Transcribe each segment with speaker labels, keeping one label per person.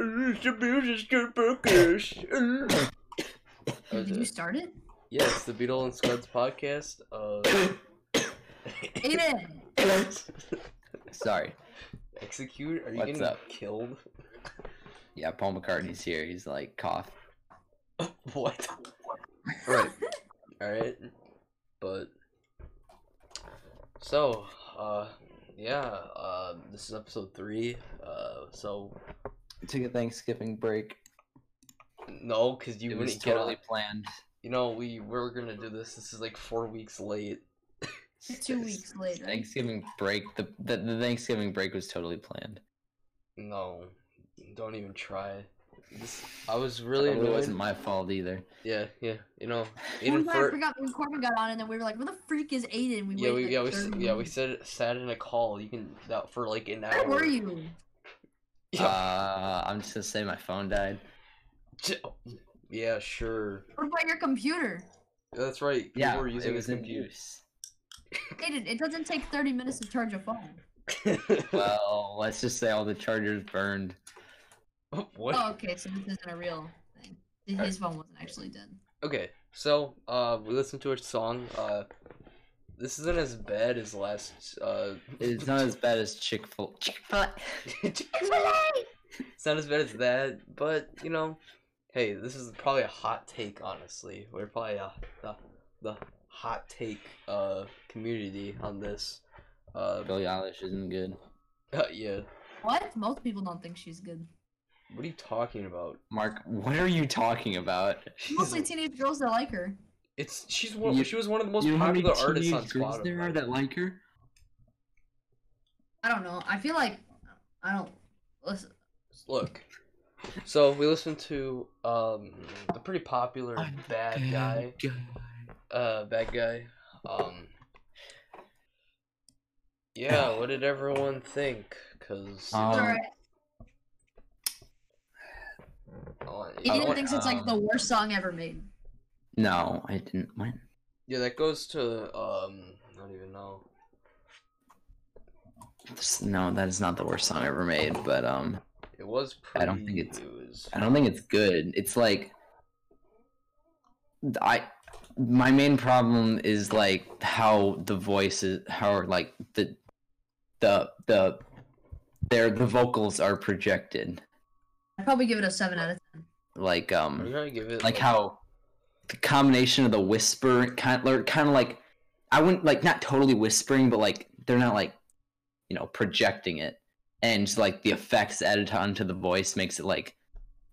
Speaker 1: Mr. Beerus Mr. Burkus. That was
Speaker 2: Did you
Speaker 1: it.
Speaker 2: start it?
Speaker 1: Yes, the Beetle and Scuds podcast. Uh,
Speaker 2: Aiden!
Speaker 3: Sorry.
Speaker 1: execute? Are you
Speaker 3: What's
Speaker 1: getting
Speaker 3: up?
Speaker 1: killed?
Speaker 3: Yeah, Paul McCartney's here. He's like cough.
Speaker 1: What?
Speaker 3: Right.
Speaker 1: Alright. But. So, uh, yeah, uh, this is episode three. Uh, so,
Speaker 3: Took a Thanksgiving break.
Speaker 1: no, because you
Speaker 3: it was
Speaker 1: wouldn't get
Speaker 3: totally
Speaker 1: on.
Speaker 3: planned.
Speaker 1: You know, we were gonna do this. This is like four weeks late.
Speaker 2: It's two weeks later.
Speaker 3: Thanksgiving break. The, the the Thanksgiving break was totally planned.
Speaker 1: No, don't even try. This, I was really
Speaker 3: it
Speaker 1: annoyed.
Speaker 3: wasn't my fault either.
Speaker 1: Yeah, yeah, you know,
Speaker 2: I'm
Speaker 1: Aiden
Speaker 2: glad I
Speaker 1: Fur-
Speaker 2: forgot when Corbin got on, and then we were like, "Where the freak is Aiden?" We
Speaker 1: Yeah,
Speaker 2: waited
Speaker 1: we yeah
Speaker 2: like
Speaker 1: we s-
Speaker 2: 30
Speaker 1: yeah we
Speaker 2: minutes.
Speaker 1: said sat in a call. You can that for like an hour.
Speaker 2: Where were you?
Speaker 1: Yeah.
Speaker 3: Uh, I'm just gonna say my phone died.
Speaker 1: J- Yeah, sure.
Speaker 2: What about your computer?
Speaker 1: That's right. People
Speaker 3: Yeah,
Speaker 1: were using
Speaker 3: it
Speaker 1: a
Speaker 3: was in
Speaker 1: computer.
Speaker 3: use.
Speaker 2: Aiden, it doesn't take 30 minutes to charge a phone.
Speaker 3: Well, let's just say all the chargers burned.
Speaker 1: what? Uh,
Speaker 2: Oh, okay, so this isn't a real thing. His phone wasn't actually dead.
Speaker 1: Okay, so uh, we listened to a song. Uh, this isn't as bad as last. Uh,
Speaker 3: It's not as bad as Chick Fil Chick Fil.
Speaker 1: it's not as bad as that, but you know, hey, this is probably a hot take. Honestly, we're probably uh the the hot take uh community on this. Uh,
Speaker 3: Billie Eilish isn't good.
Speaker 1: yeah.
Speaker 2: What? Most people don't think she's good.
Speaker 1: What are you talking about?
Speaker 3: Mark, what are you talking about?
Speaker 1: She's,
Speaker 2: Mostly teenage girls that like her.
Speaker 1: it's she's one.
Speaker 3: You-
Speaker 1: she was one of the most
Speaker 3: you know how many
Speaker 1: popular artists on
Speaker 3: teenage girls
Speaker 1: Spotify.
Speaker 3: there are that like her?
Speaker 2: I don't know. I feel like I don't. Listen,
Speaker 1: Look. So we listened to um the pretty popular bad guy. Uh bad guy. Um Yeah, what did everyone think? Cause
Speaker 3: Um,
Speaker 2: it's alright.
Speaker 1: I want- I
Speaker 2: Aiden
Speaker 1: want-
Speaker 2: thinks it's like the
Speaker 3: um,
Speaker 2: worst song ever made.
Speaker 3: No, I didn't. What?
Speaker 1: yeah, that goes to um I don't even know.
Speaker 3: Just- No, that is not the worst song ever made. But um,
Speaker 1: It was pretty
Speaker 3: I don't think it's-
Speaker 1: it was
Speaker 3: I don't think it's good. It's like I my main problem is like how the voices how like the the the their the vocals are projected.
Speaker 2: I'd probably give it a seven out of
Speaker 3: Like um
Speaker 1: I'm gonna give it
Speaker 3: like how the combination of the whisper kind of, kind of like I wouldn't like not totally whispering, but like they're not like you know projecting it, and just, like the effects added onto the voice makes it like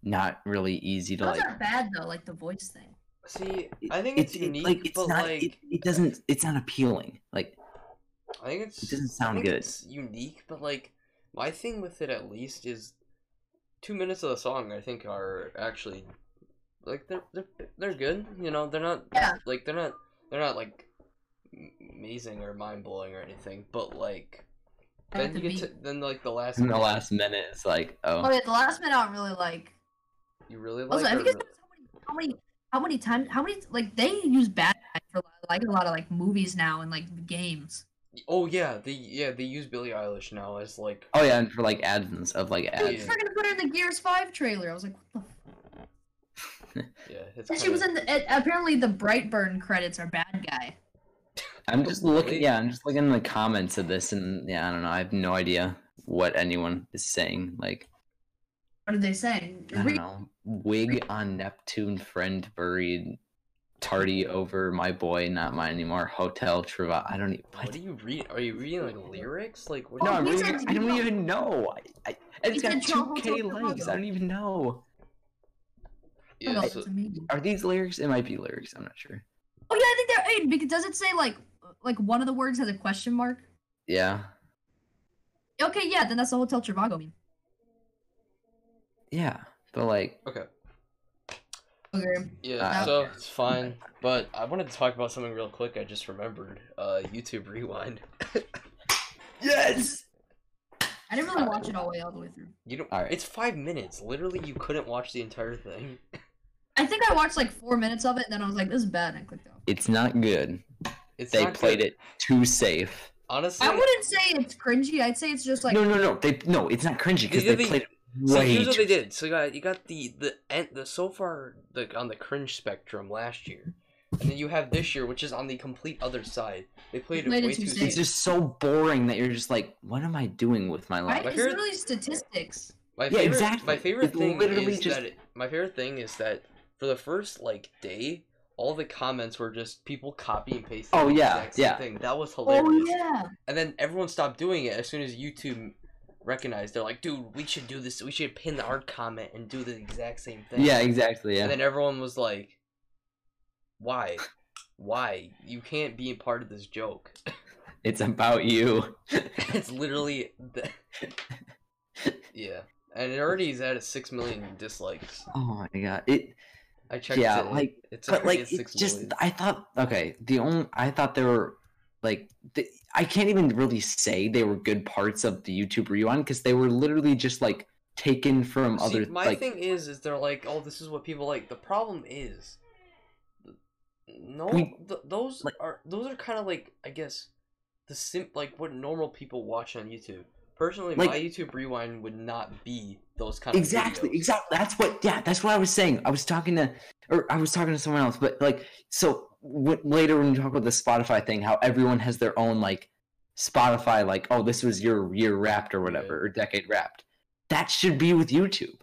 Speaker 3: not really easy to
Speaker 2: ten. Those
Speaker 3: like.
Speaker 2: are bad though, like the voice thing.
Speaker 1: see I think it's,
Speaker 3: it-
Speaker 1: unique
Speaker 3: like it's
Speaker 1: but
Speaker 3: not
Speaker 1: like
Speaker 3: it, it doesn't it's not appealing like
Speaker 1: I think it's
Speaker 3: It doesn't
Speaker 1: I
Speaker 3: sound
Speaker 1: think
Speaker 3: good.
Speaker 1: It's unique, but like my thing with it at least is two minutes of the song I think are actually like they're they're they're good. You know, they're not
Speaker 2: Yeah.
Speaker 1: like they're not they're not like m- amazing or mind blowing or anything, but like
Speaker 2: I
Speaker 1: then
Speaker 2: like
Speaker 1: you
Speaker 2: the
Speaker 1: get
Speaker 2: beat.
Speaker 1: to then like the last
Speaker 3: in the last minute it's like oh
Speaker 2: Oh yeah, the last minute I don't really like.
Speaker 1: you really like
Speaker 2: Also, have you
Speaker 1: or
Speaker 2: guys noticed how many, how many, how many times, how many like they use bad guy for like a lot of like movies now and like games.
Speaker 1: really- oh yeah they yeah they use Billie Eilish now as like
Speaker 3: oh yeah and for like ads and s- of like
Speaker 2: They
Speaker 3: ads
Speaker 1: Yeah.
Speaker 2: freaking put her in the Gears Five trailer. I was like, what the. F-?
Speaker 1: yeah it's
Speaker 2: And she was
Speaker 1: kinda-
Speaker 2: in the it, apparently the Brightburn credits are bad guy.
Speaker 3: I'm just looking
Speaker 1: Really?
Speaker 3: yeah I'm just looking in the comments of this and yeah I don't know I have no idea what anyone is saying like
Speaker 2: What are they saying?
Speaker 3: I don't
Speaker 2: Re-
Speaker 3: know wig on Neptune friend buried tardy over my boy not mine anymore hotel Treva I don't even
Speaker 1: what
Speaker 3: what?
Speaker 1: are you read are you reading like lyrics like what
Speaker 3: no
Speaker 1: are
Speaker 2: Oh,
Speaker 3: I'm
Speaker 2: he
Speaker 3: reading,
Speaker 2: said
Speaker 3: I don't
Speaker 2: no.
Speaker 3: even know I, I,
Speaker 2: He
Speaker 3: it's got
Speaker 2: said Treva
Speaker 3: 2k
Speaker 2: Hotel
Speaker 3: likes I
Speaker 2: Treva.
Speaker 3: don't even know.
Speaker 1: you,
Speaker 2: Oh,
Speaker 1: yeah,
Speaker 2: it's
Speaker 1: so-
Speaker 2: amazing.
Speaker 3: Are these lyrics? It might be lyrics. I'm not sure.
Speaker 2: Oh yeah, I think they're eight because does it say like like one of the words has a question mark?
Speaker 3: Yeah.
Speaker 2: Okay, yeah, then that's the Hotel Trivago meme.
Speaker 3: Yeah. But like,
Speaker 2: Okay.
Speaker 1: Yeah,
Speaker 3: Uh,
Speaker 1: so it's fine. But I wanted to talk about something real quick. I just remembered. Uh, YouTube Rewind.
Speaker 3: yes.
Speaker 2: I didn't really watch it all the way all the way through.
Speaker 1: You don't.
Speaker 3: Alright.
Speaker 1: It's five minutes. Literally, you couldn't watch the entire thing.
Speaker 2: I think I watched like four minutes of it, and then I was like, "This is bad," and I clicked off.
Speaker 3: It's not good.
Speaker 1: It's
Speaker 3: they
Speaker 1: not
Speaker 3: played
Speaker 1: good.
Speaker 3: it too safe.
Speaker 1: Honestly,
Speaker 2: I wouldn't say it's cringy. I'd say it's just like
Speaker 3: no, no, no. They no. It's not cringy because
Speaker 1: They
Speaker 3: they,
Speaker 1: did the-
Speaker 3: played it
Speaker 1: So here's what they did. So you got you got the the en- the so far the on the cringe spectrum last year, and then you have this year, which is on the complete other side. They played it
Speaker 2: Played it
Speaker 1: way
Speaker 2: too
Speaker 1: too
Speaker 2: safe.
Speaker 3: It's
Speaker 1: safe.
Speaker 3: just so boring that you're just like, what am I doing with my
Speaker 2: Right?
Speaker 3: life?
Speaker 1: But
Speaker 2: It's
Speaker 1: here-
Speaker 2: literally statistics.
Speaker 1: My
Speaker 3: Yeah,
Speaker 1: favorite,
Speaker 3: exactly.
Speaker 1: My favorite
Speaker 3: It's
Speaker 1: thing
Speaker 3: literally
Speaker 1: is
Speaker 3: just-
Speaker 1: that it- my favorite thing is that for the first like day, all the comments were just people copy and pasting.
Speaker 3: Oh,
Speaker 1: the
Speaker 3: yeah,
Speaker 1: exact same
Speaker 3: yeah.
Speaker 1: Thing. That was hilarious.
Speaker 2: Oh yeah.
Speaker 1: And then everyone stopped doing it as soon as YouTube recognized. They're like, dude, we should do this. We should pin the art comment and do the exact same thing.
Speaker 3: Yeah, exactly. Yeah.
Speaker 1: And then everyone was like, why? Why? You can't be a part of this joke.
Speaker 3: It's about you.
Speaker 1: it's literally. The... yeah. And it already is at a 6 million dislikes.
Speaker 3: Oh my god. It
Speaker 1: I checked
Speaker 3: Yeah,
Speaker 1: it.
Speaker 3: like-
Speaker 1: it's
Speaker 3: but
Speaker 1: already
Speaker 3: like
Speaker 1: at
Speaker 3: it's
Speaker 1: six
Speaker 3: just
Speaker 1: million.
Speaker 3: I thought okay, the only I thought there were like the, I can't even really say they were good parts of the YouTube rewind because they were literally just like taken from
Speaker 1: See,
Speaker 3: other
Speaker 1: my
Speaker 3: like
Speaker 1: thing is, is they're like, oh, this is what people like. The problem is, th- no,
Speaker 3: We-
Speaker 1: th- those
Speaker 3: like-
Speaker 1: are those are kind of like I guess the sim like what normal people watch on YouTube. Personally, my
Speaker 3: Like-
Speaker 1: YouTube rewind would not be those kind of
Speaker 3: exactly
Speaker 1: videos.
Speaker 3: exactly that's what yeah that's what i was saying i was talking to or i was talking to someone else but like so w- later when you talk about the spotify thing how everyone has their own like spotify like oh this was your year wrapped or whatever or decade wrapped that should be with youtube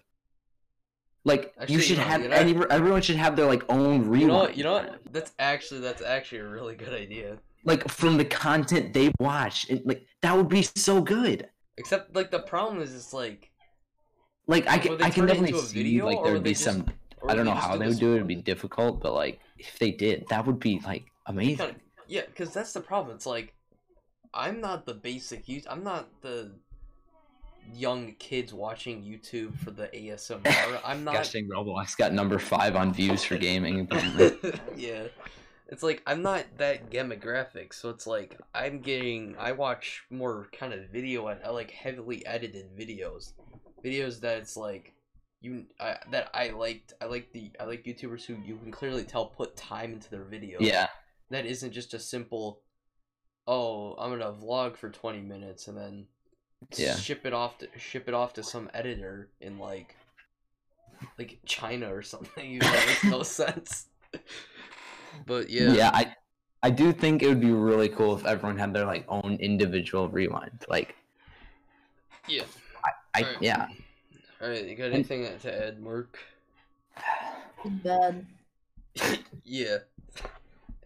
Speaker 3: like you
Speaker 1: Actually,
Speaker 3: should
Speaker 1: no,
Speaker 3: have
Speaker 1: you know-
Speaker 3: any, everyone should have their like own rewind
Speaker 1: You know what? You know what? That's actually that's actually a really good idea.
Speaker 3: like from the content they watch and like that would be so good
Speaker 1: Except like the problem is, it's like
Speaker 3: like i,
Speaker 1: Would
Speaker 3: can
Speaker 1: they
Speaker 3: I can
Speaker 1: turn it
Speaker 3: definitely
Speaker 1: into a
Speaker 3: see
Speaker 1: video,
Speaker 3: like
Speaker 1: or
Speaker 3: there
Speaker 1: would
Speaker 3: would
Speaker 1: they
Speaker 3: be
Speaker 1: just-
Speaker 3: some
Speaker 1: or
Speaker 3: I don't know
Speaker 1: just
Speaker 3: how they
Speaker 1: this-
Speaker 3: would do it. It'd be difficult, but like if they did, that would be like amazing.
Speaker 1: Kinda- yeah, because that's the problem. It's like I'm not the basic youth. I'm not the young kids watching YouTube for the ASMR. I'm
Speaker 3: Gosh
Speaker 1: not.
Speaker 3: dang, Roblox got number five on views for gaming. apparently.
Speaker 1: yeah, it's like I'm not that demographic. So it's like I'm getting. I watch more kind of video and I like heavily edited videos, videos that it's like you I, that I liked. I like the I like YouTubers who you can clearly tell put time into their videos
Speaker 3: yeah,
Speaker 1: that isn't just a simple oh i'm gonna vlog for 20 minutes and then
Speaker 3: Yeah.
Speaker 1: ship it off to ship it off to some editor in like like china or something you know, that makes no sense but yeah,
Speaker 3: yeah, I, I do think it would be really cool if everyone had their like own individual rewind. Like,
Speaker 1: Yeah.
Speaker 3: I
Speaker 1: Alright.
Speaker 3: yeah,
Speaker 1: all right you got anything to add mark
Speaker 2: It's bad.
Speaker 1: yeah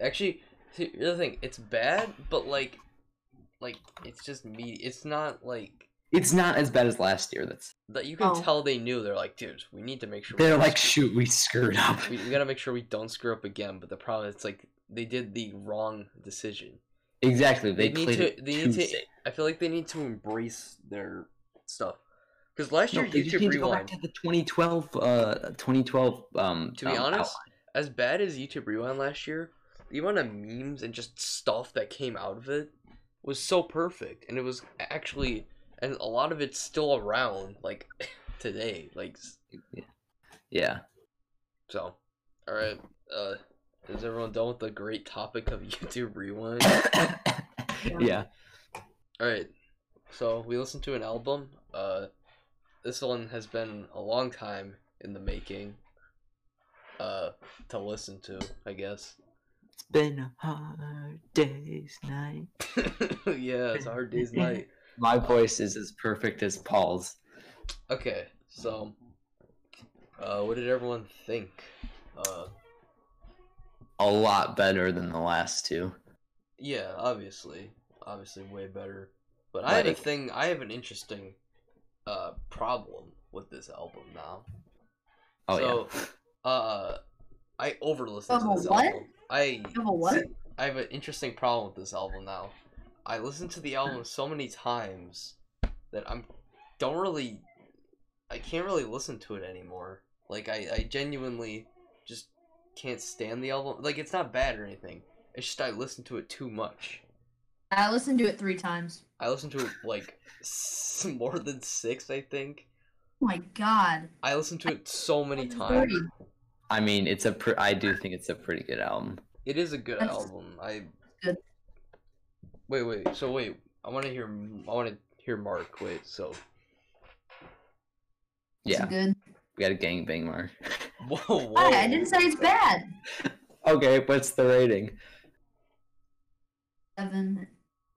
Speaker 1: actually see, the other thing it's bad but like like it's just me it's not like
Speaker 3: it's not as bad as last year. That's
Speaker 1: that you can
Speaker 2: Oh.
Speaker 1: tell they knew they're like dude we need to make sure we
Speaker 3: they're
Speaker 1: don't
Speaker 3: like, shoot, we screwed up.
Speaker 1: we, we gotta make sure we don't screw up again. But the problem is, like, they did the wrong decision.
Speaker 3: Exactly, they,
Speaker 1: need
Speaker 3: played
Speaker 1: to.
Speaker 3: it
Speaker 1: They
Speaker 3: too
Speaker 1: need to.
Speaker 3: safe.
Speaker 1: I feel like they need to embrace their stuff. Because last
Speaker 3: No,
Speaker 1: year,
Speaker 3: they just
Speaker 1: YouTube
Speaker 3: need to go back
Speaker 1: Rewind,
Speaker 3: to the 2012, uh, 2012. Um,
Speaker 1: to be
Speaker 3: um,
Speaker 1: honest, as bad as YouTube Rewind last year, the amount of memes and just stuff that came out of it was so perfect, and it was actually, and a lot of it's still around, like today, like s-
Speaker 3: yeah.
Speaker 1: so. All right, uh, is everyone done with the great topic of YouTube Rewind?
Speaker 3: yeah.
Speaker 1: All right. So we listened to an album. Uh, this one has been a long time in the making. Uh, to listen to, I guess.
Speaker 3: It's been a hard day's night.
Speaker 1: yeah, it's a hard day's night.
Speaker 3: My voice is as perfect as Paul's.
Speaker 1: Okay, so, uh, what did everyone think? Uh,
Speaker 3: A lot better than the last two.
Speaker 1: yeah, obviously, obviously, way better. But I have a
Speaker 3: Like-
Speaker 1: thing. I have an interesting, uh, problem with this album now.
Speaker 3: Oh
Speaker 1: so, uh, I over listened
Speaker 2: Have
Speaker 1: to
Speaker 2: a
Speaker 1: this
Speaker 2: what?
Speaker 1: album. I
Speaker 2: You have a what?
Speaker 1: See, I have an interesting problem with this album now. I listened to the album so many times that I'm don't really I can't really listen to it anymore. Like I, I genuinely just can't stand the album. Like it's not bad or anything. It's just I listen to it too much.
Speaker 2: I listened to it three times.
Speaker 1: I listened to it like s- more than six, I think.
Speaker 2: Oh my god.
Speaker 1: I listened to it so many
Speaker 2: That's
Speaker 1: times.
Speaker 2: dirty.
Speaker 3: yeah. I mean, it's a. Pre- I do think it's a pretty good album.
Speaker 1: It is a good
Speaker 2: That's-
Speaker 1: album. I
Speaker 2: Good.
Speaker 1: wait, wait. So wait, I want to hear. I want to hear Mark. Wait. So
Speaker 3: Yeah,
Speaker 2: It's good.
Speaker 3: we got a gangbang mark.
Speaker 1: Whoa, whoa.
Speaker 2: Hi, I didn't say it's bad.
Speaker 3: Okay, what's the rating?
Speaker 2: Seven.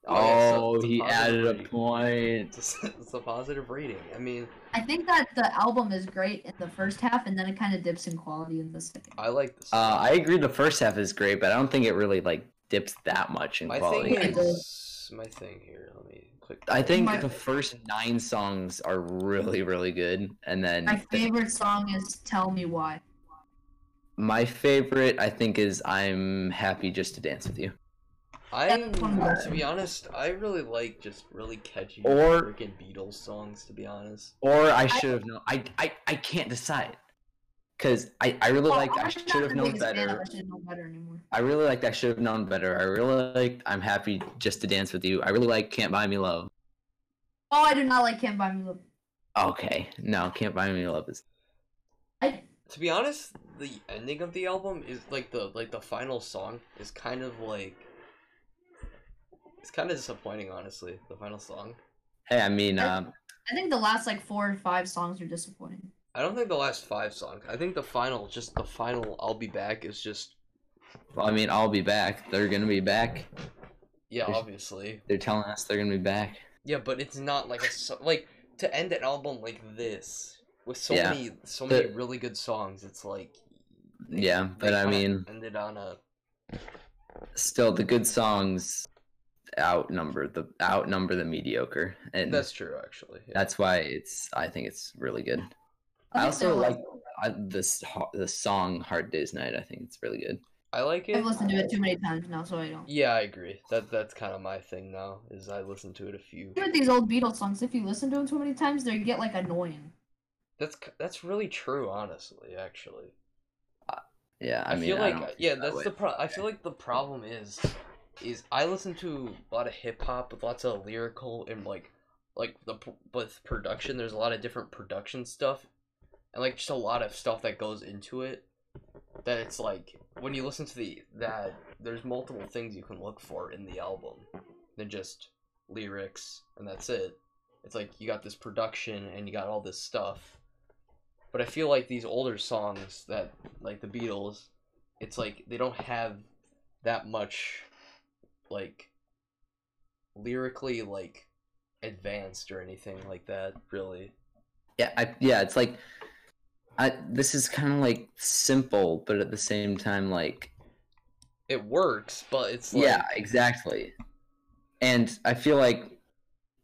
Speaker 1: yeah, so
Speaker 3: Oh,
Speaker 1: it's a
Speaker 3: he
Speaker 1: positive
Speaker 3: added a
Speaker 1: rating.
Speaker 3: point.
Speaker 1: It's a, it's a positive rating. I mean,
Speaker 2: I think that the album is great in the first half, and then it kind of dips in quality in the second.
Speaker 1: I like this.
Speaker 3: Uh, I agree. The first half is great, but I don't think it really like dips that much in
Speaker 1: my
Speaker 3: quality.
Speaker 1: thing
Speaker 2: It
Speaker 1: is my thing here. Let me click.
Speaker 3: I think
Speaker 2: My-
Speaker 3: the first nine songs are really, really good, and then
Speaker 2: My
Speaker 3: the-
Speaker 2: favorite song is "Tell Me Why."
Speaker 3: my favorite, I think, is "I'm Happy Just to Dance with You."
Speaker 1: I
Speaker 2: That's one word.
Speaker 1: to be honest, I really like just really catchy
Speaker 3: Or-
Speaker 1: freaking Beatles songs. To be honest,
Speaker 3: Or I should have known. I, I I can't decide because I I really
Speaker 2: Well,
Speaker 3: like
Speaker 2: I'm
Speaker 3: I
Speaker 2: not
Speaker 3: should have
Speaker 2: the
Speaker 3: known
Speaker 2: biggest fan of
Speaker 3: better.
Speaker 2: I should have known better anymore.
Speaker 3: I really liked I should have known better. I really liked I'm happy just to dance with you. I really like Can't Buy Me Love.
Speaker 2: Oh, I do not like "Can't Buy Me Love."
Speaker 3: Okay, no, Can't Buy Me Love is
Speaker 2: I
Speaker 1: to be honest, the ending of the album is like the like the final song is kind of like it's kind of disappointing. Honestly, the final song.
Speaker 3: hey. I mean,
Speaker 2: I-
Speaker 3: um,
Speaker 2: I think the last like four or five songs are disappointing.
Speaker 1: I don't think the last five songs. I think the final, just the final. I'll be back is just
Speaker 3: well, I mean, I'll be back. They're gonna be back.
Speaker 1: yeah,
Speaker 3: There's-
Speaker 1: obviously.
Speaker 3: They're telling us they're gonna be back.
Speaker 1: Yeah, but it's not like a so- like to end an album like this with so
Speaker 3: Yeah.
Speaker 1: many so
Speaker 3: The-
Speaker 1: many really good songs. It's like
Speaker 3: Yeah, but
Speaker 1: they
Speaker 3: I
Speaker 1: kinda
Speaker 3: mean,
Speaker 1: ended on a
Speaker 3: still the good songs outnumber the outnumber the mediocre, and
Speaker 1: that's true actually. yeah.
Speaker 3: that's why it's. I think it's really good. I
Speaker 2: think
Speaker 3: also
Speaker 2: they're
Speaker 3: like I, this ho- the song "Hard Day's Night." I think it's really good.
Speaker 1: I like it.
Speaker 2: I've listened to it too many times now, so I don't.
Speaker 1: Yeah, I agree. That that's kind of my thing now. Is I listen to it a few.
Speaker 2: Even these old Beatles songs, if you listen to them too many times, they get like annoying.
Speaker 1: That's c- that's really true, honestly. Actually,
Speaker 3: Yeah, I, mean,
Speaker 1: feel
Speaker 3: I
Speaker 1: like uh,
Speaker 3: don't feel
Speaker 1: yeah,
Speaker 3: that
Speaker 1: that's
Speaker 3: way.
Speaker 1: the pro. I feel like the problem is, is I listen to a lot of hip hop with lots of lyrical and like, like the p- with production. There's a lot of different production stuff, and like just a lot of stuff that goes into it. That it's like when you listen to the that there's multiple things you can look for in the album than just lyrics and that's it. It's like you got this production and you got all this stuff. But I feel like these older songs that like the Beatles, it's like they don't have that much like lyrically like advanced or anything like that really.
Speaker 3: yeah, I, yeah. It's like I, this is kind of like simple, but at the same time, like
Speaker 1: It works, but it's like
Speaker 3: yeah, exactly. And I feel like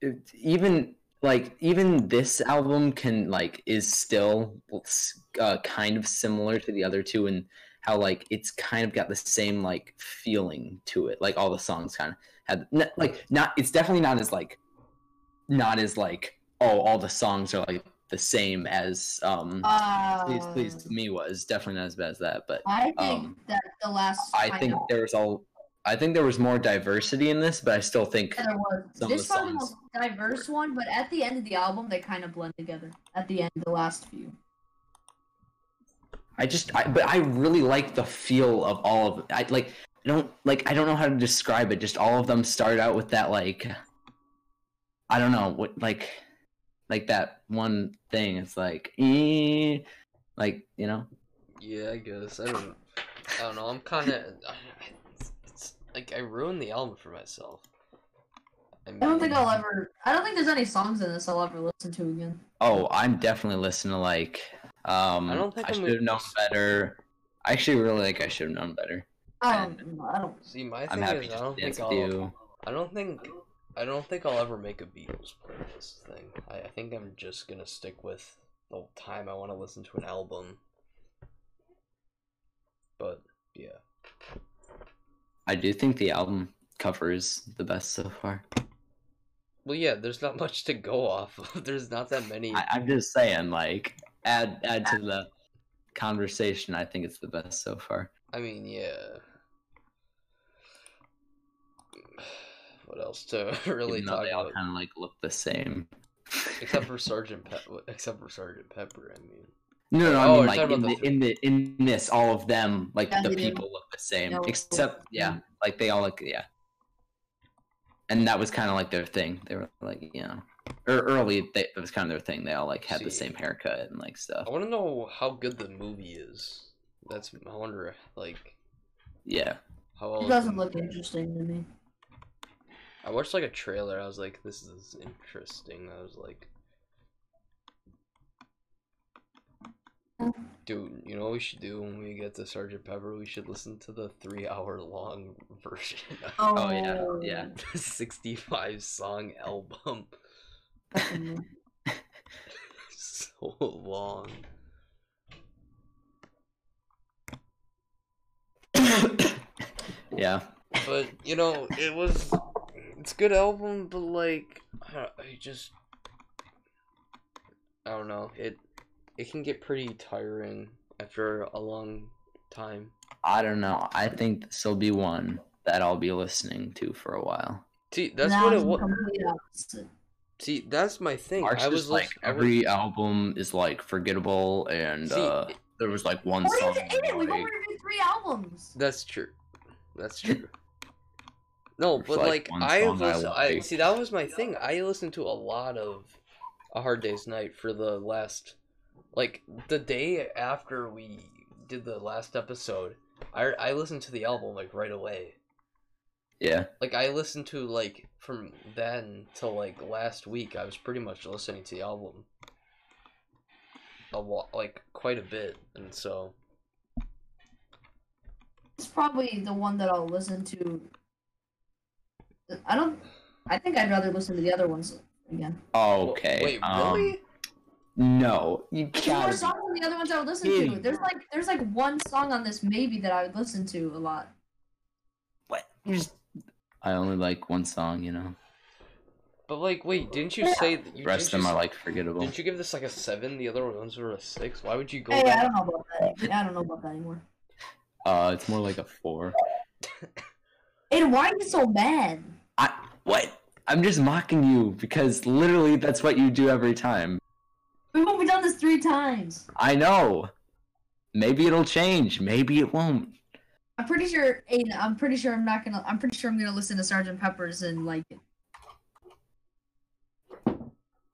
Speaker 3: it, even like even this album can like is still uh, kind of similar to the other two and how like it's kind of got the same like feeling to it. Like all the songs kind of had n- like not. It's definitely not as like not as like oh all the songs are like the same as um.
Speaker 2: Uh,
Speaker 3: please, please to me was definitely not as bad as that, but
Speaker 2: I think
Speaker 3: um,
Speaker 2: that the last.
Speaker 3: I think
Speaker 2: know
Speaker 3: there was all. I think there was more diversity in this, but I still think
Speaker 2: that there was.
Speaker 3: some
Speaker 2: This
Speaker 3: of the
Speaker 2: was the
Speaker 3: songs
Speaker 2: most diverse one, but at the end of the album, they kind of blend together. At the end, the last few.
Speaker 3: I just. I, but I really like the feel of all of. it. I like. I don't like. I don't know how to describe it. Just all of them start out with that like. I don't know what like, like that one thing. It's like, eh, like you know.
Speaker 1: Yeah, I guess. I don't. I don't know. I'm kind of. It's, it's like I ruined the album for myself.
Speaker 2: I don't think
Speaker 1: mean,
Speaker 2: I'll ever. I don't think there's any songs in this I'll ever listen to again.
Speaker 3: Oh, I'm definitely listening to like. Um, I
Speaker 1: don't think
Speaker 3: I
Speaker 1: I'm
Speaker 3: should have
Speaker 1: gonna-
Speaker 3: known better. I actually really like. I should have known better.
Speaker 2: I don't. know, I don't.
Speaker 1: See, my
Speaker 3: I'm
Speaker 1: thing is, I
Speaker 3: happy just to
Speaker 1: don't
Speaker 3: dance
Speaker 1: think
Speaker 3: with
Speaker 1: I'll.
Speaker 3: you.
Speaker 1: I don't think. I don't think I'll ever make a Beatles playlist thing. I, I think I'm just gonna stick with the time I want to listen to an album. But yeah,
Speaker 3: I do think the album cover is the best so far.
Speaker 1: well, yeah. There's not much to go off. of. there's not that many.
Speaker 3: I, I'm just saying, like, add add to the conversation. I think it's the best so far.
Speaker 1: I mean, yeah. What else to really
Speaker 3: Even though
Speaker 1: talk
Speaker 3: they all
Speaker 1: about?
Speaker 3: kind of like look the same.
Speaker 1: Except for Sergeant Pepper. Except for Sergeant Pepper. I mean,
Speaker 3: No, no, I
Speaker 1: Oh,
Speaker 3: mean
Speaker 1: you're
Speaker 3: like
Speaker 1: talking
Speaker 3: in the,
Speaker 1: about
Speaker 3: in the in this, all of them, like
Speaker 2: Yeah,
Speaker 3: the
Speaker 2: they do.
Speaker 3: people look the same,
Speaker 2: No.
Speaker 3: except yeah, like they all look yeah. And that was kind of like their thing. They were like, you know, or early they, it was kind of their thing. They all like had the
Speaker 1: See.
Speaker 3: same haircut and like stuff.
Speaker 1: I want to know how good the movie is. That's I wonder like
Speaker 3: Yeah,
Speaker 1: how well.
Speaker 2: It
Speaker 1: is
Speaker 2: doesn't
Speaker 1: the-
Speaker 2: look interesting to me.
Speaker 1: I watched like a trailer. I was like, this is interesting. I was like,
Speaker 2: Oh.
Speaker 1: dude, you know what we should do when we get to Sergeant Pepper? We should listen to the three-hour-long version. of
Speaker 2: Oh,
Speaker 3: yeah, yeah.
Speaker 1: the 65 song album
Speaker 2: fucking-
Speaker 1: so long
Speaker 3: yeah.
Speaker 1: but you know it was it's a good album but like I don't- i just i don't know it it can get pretty tiring after a long time
Speaker 3: I don't know. I think this will be one that I'll be listening to for a while.
Speaker 1: see that's
Speaker 2: Now
Speaker 1: what it
Speaker 2: I'm
Speaker 1: was
Speaker 2: complete opposite.
Speaker 1: see that's my thing
Speaker 3: Mark's
Speaker 1: i was
Speaker 3: just, like
Speaker 1: lis- I was-
Speaker 3: every album is like forgettable, and
Speaker 1: See,
Speaker 3: uh, there was like one
Speaker 2: What
Speaker 3: song.
Speaker 2: is it in it? We've
Speaker 3: like,
Speaker 2: only reviewed three albums.
Speaker 1: That's true. That's true. No,
Speaker 3: There's,
Speaker 1: but
Speaker 3: like,
Speaker 1: like,
Speaker 3: one
Speaker 1: I have
Speaker 3: song I
Speaker 1: listened. I
Speaker 3: like.
Speaker 1: see that was my thing. I listened to a lot of A Hard Day's Night for the last, like the day after we did the last episode. I I listened to the album like right away.
Speaker 3: yeah,
Speaker 1: Like I listened to like from then till like last week. I was pretty much listening to the album a lot, like quite a bit, and so
Speaker 2: It's probably the one that I'll listen to. I don't. I think I'd rather listen to the other ones again.
Speaker 3: okay.
Speaker 1: Wait,
Speaker 3: um,
Speaker 1: really?
Speaker 3: No, you
Speaker 2: There are
Speaker 3: gotta be
Speaker 2: songs on the other ones I would listen
Speaker 3: kidding
Speaker 2: to. There's like there's like one song on this maybe that I would listen to a lot.
Speaker 3: What? You just... I only like one song, you know.
Speaker 1: But like, wait, didn't you
Speaker 2: Yeah.
Speaker 1: say that you
Speaker 3: The rest of
Speaker 1: didn't you
Speaker 3: them
Speaker 1: s-
Speaker 3: are like forgettable.
Speaker 1: Didn't you give this like a seven? The other ones were a six. Why would you go?
Speaker 2: Hey, I
Speaker 1: back?
Speaker 2: don't know about that. I don't know about that anymore.
Speaker 3: Uh, it's more like a four.
Speaker 2: And why are you so mad?
Speaker 3: I what? I'm just mocking you because literally that's what you do every time.
Speaker 2: We've only done this three times.
Speaker 3: I know. Maybe it'll change. Maybe it won't.
Speaker 2: I'm pretty sure. Aiden, I'm pretty sure I'm not gonna. I'm pretty sure I'm gonna listen to Sergeant Pepper's and like it.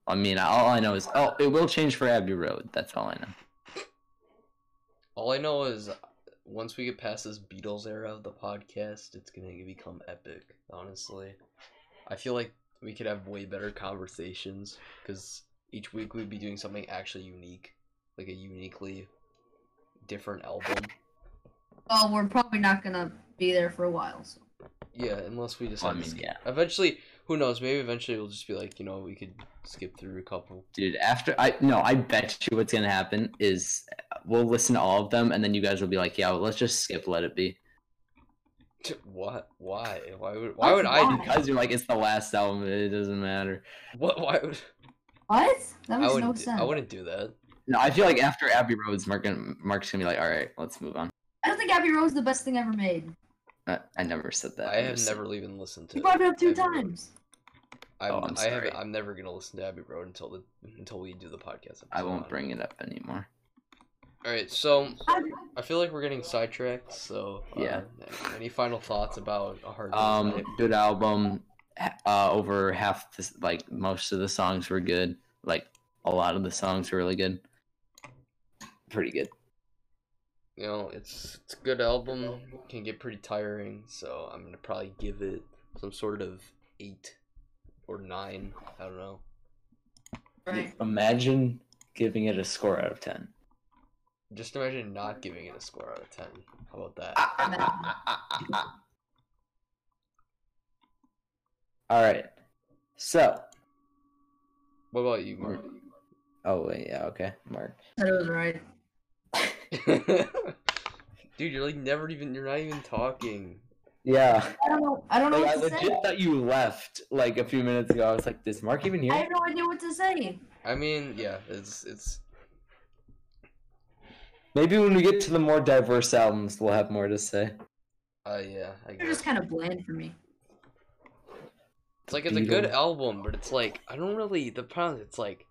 Speaker 3: I mean, all I know is oh, it will change for Abbey Road. That's all I know.
Speaker 1: All I know is, once we get past this Beatles era of the podcast, it's gonna become epic. Honestly, I feel like we could have way better conversations because each week we'd be doing something actually unique, like a uniquely different album.
Speaker 2: Oh, we're probably not gonna be there for a while. So.
Speaker 1: Yeah, unless we
Speaker 3: Well, I
Speaker 1: decide. to
Speaker 3: mean,
Speaker 1: skip.
Speaker 3: yeah,
Speaker 1: Eventually, who knows? Maybe eventually we'll just be like, you know, we could skip through a couple.
Speaker 3: dude. After I no, I bet you what's gonna happen is we'll listen to all of them, and then you guys will be like, yeah, well, let's just skip Let It Be
Speaker 1: What? Why? Why would? Why would I do?
Speaker 2: Why?
Speaker 3: because you're like it's the last album. It doesn't matter.
Speaker 1: What? Why would?
Speaker 2: What? That
Speaker 1: I
Speaker 2: makes
Speaker 1: wouldn't.
Speaker 2: no
Speaker 1: do-
Speaker 2: sense.
Speaker 1: I wouldn't do that.
Speaker 3: No, I feel like after Abbey Roads, Mark gonna, Mark's gonna be like, all right, let's move on.
Speaker 2: I don't think Abbey Road's the best thing ever made.
Speaker 3: I, I never said that.
Speaker 1: I
Speaker 3: I'm
Speaker 1: have
Speaker 3: just-
Speaker 1: never even listened to.
Speaker 2: You brought it up two
Speaker 1: Abbey Road.
Speaker 2: times.
Speaker 1: I'm,
Speaker 3: Oh, I'm
Speaker 1: I have-
Speaker 3: sorry.
Speaker 1: I'm never gonna listen to Abbey Road until the until we do the podcast.
Speaker 3: I
Speaker 1: episode
Speaker 3: won't
Speaker 1: on it.
Speaker 3: bring it up anymore.
Speaker 1: All right, so
Speaker 2: I,
Speaker 1: I feel like we're getting sidetracked. So uh,
Speaker 3: Yeah.
Speaker 1: Any final thoughts about a hard? Day's
Speaker 3: Um,
Speaker 1: Night?
Speaker 3: good album. Ha- Uh, over half the s- like most of the songs were good. Like a lot of the songs were really good. Pretty good.
Speaker 1: you know, it's it's a good album. Can get pretty tiring, so I'm gonna probably give it some sort of eight or nine. I don't know.
Speaker 2: right.
Speaker 3: Imagine giving it a score out of ten.
Speaker 1: Just imagine not giving it a score out of ten. How about that?
Speaker 3: All right. So.
Speaker 1: What about you, Mark?
Speaker 3: Oh wait. Yeah. Okay. Mark.
Speaker 2: Said it was right.
Speaker 1: Dude, you're like never even. You're not even talking.
Speaker 3: Yeah.
Speaker 2: I don't know. I don't know
Speaker 3: Like, I
Speaker 2: what to
Speaker 3: legit
Speaker 2: say.
Speaker 3: thought you left like a few minutes ago. I was like, "Is Mark even here?"
Speaker 2: I have no idea what to say.
Speaker 1: I mean, yeah, it's it's
Speaker 3: Maybe when we get to the more diverse albums, we'll have more to say.
Speaker 1: uh yeah, I
Speaker 2: They're
Speaker 1: guess.
Speaker 2: just kind of bland for me.
Speaker 1: It's like it's a good
Speaker 3: Beatles.
Speaker 1: album, but it's like I don't really the problem it's like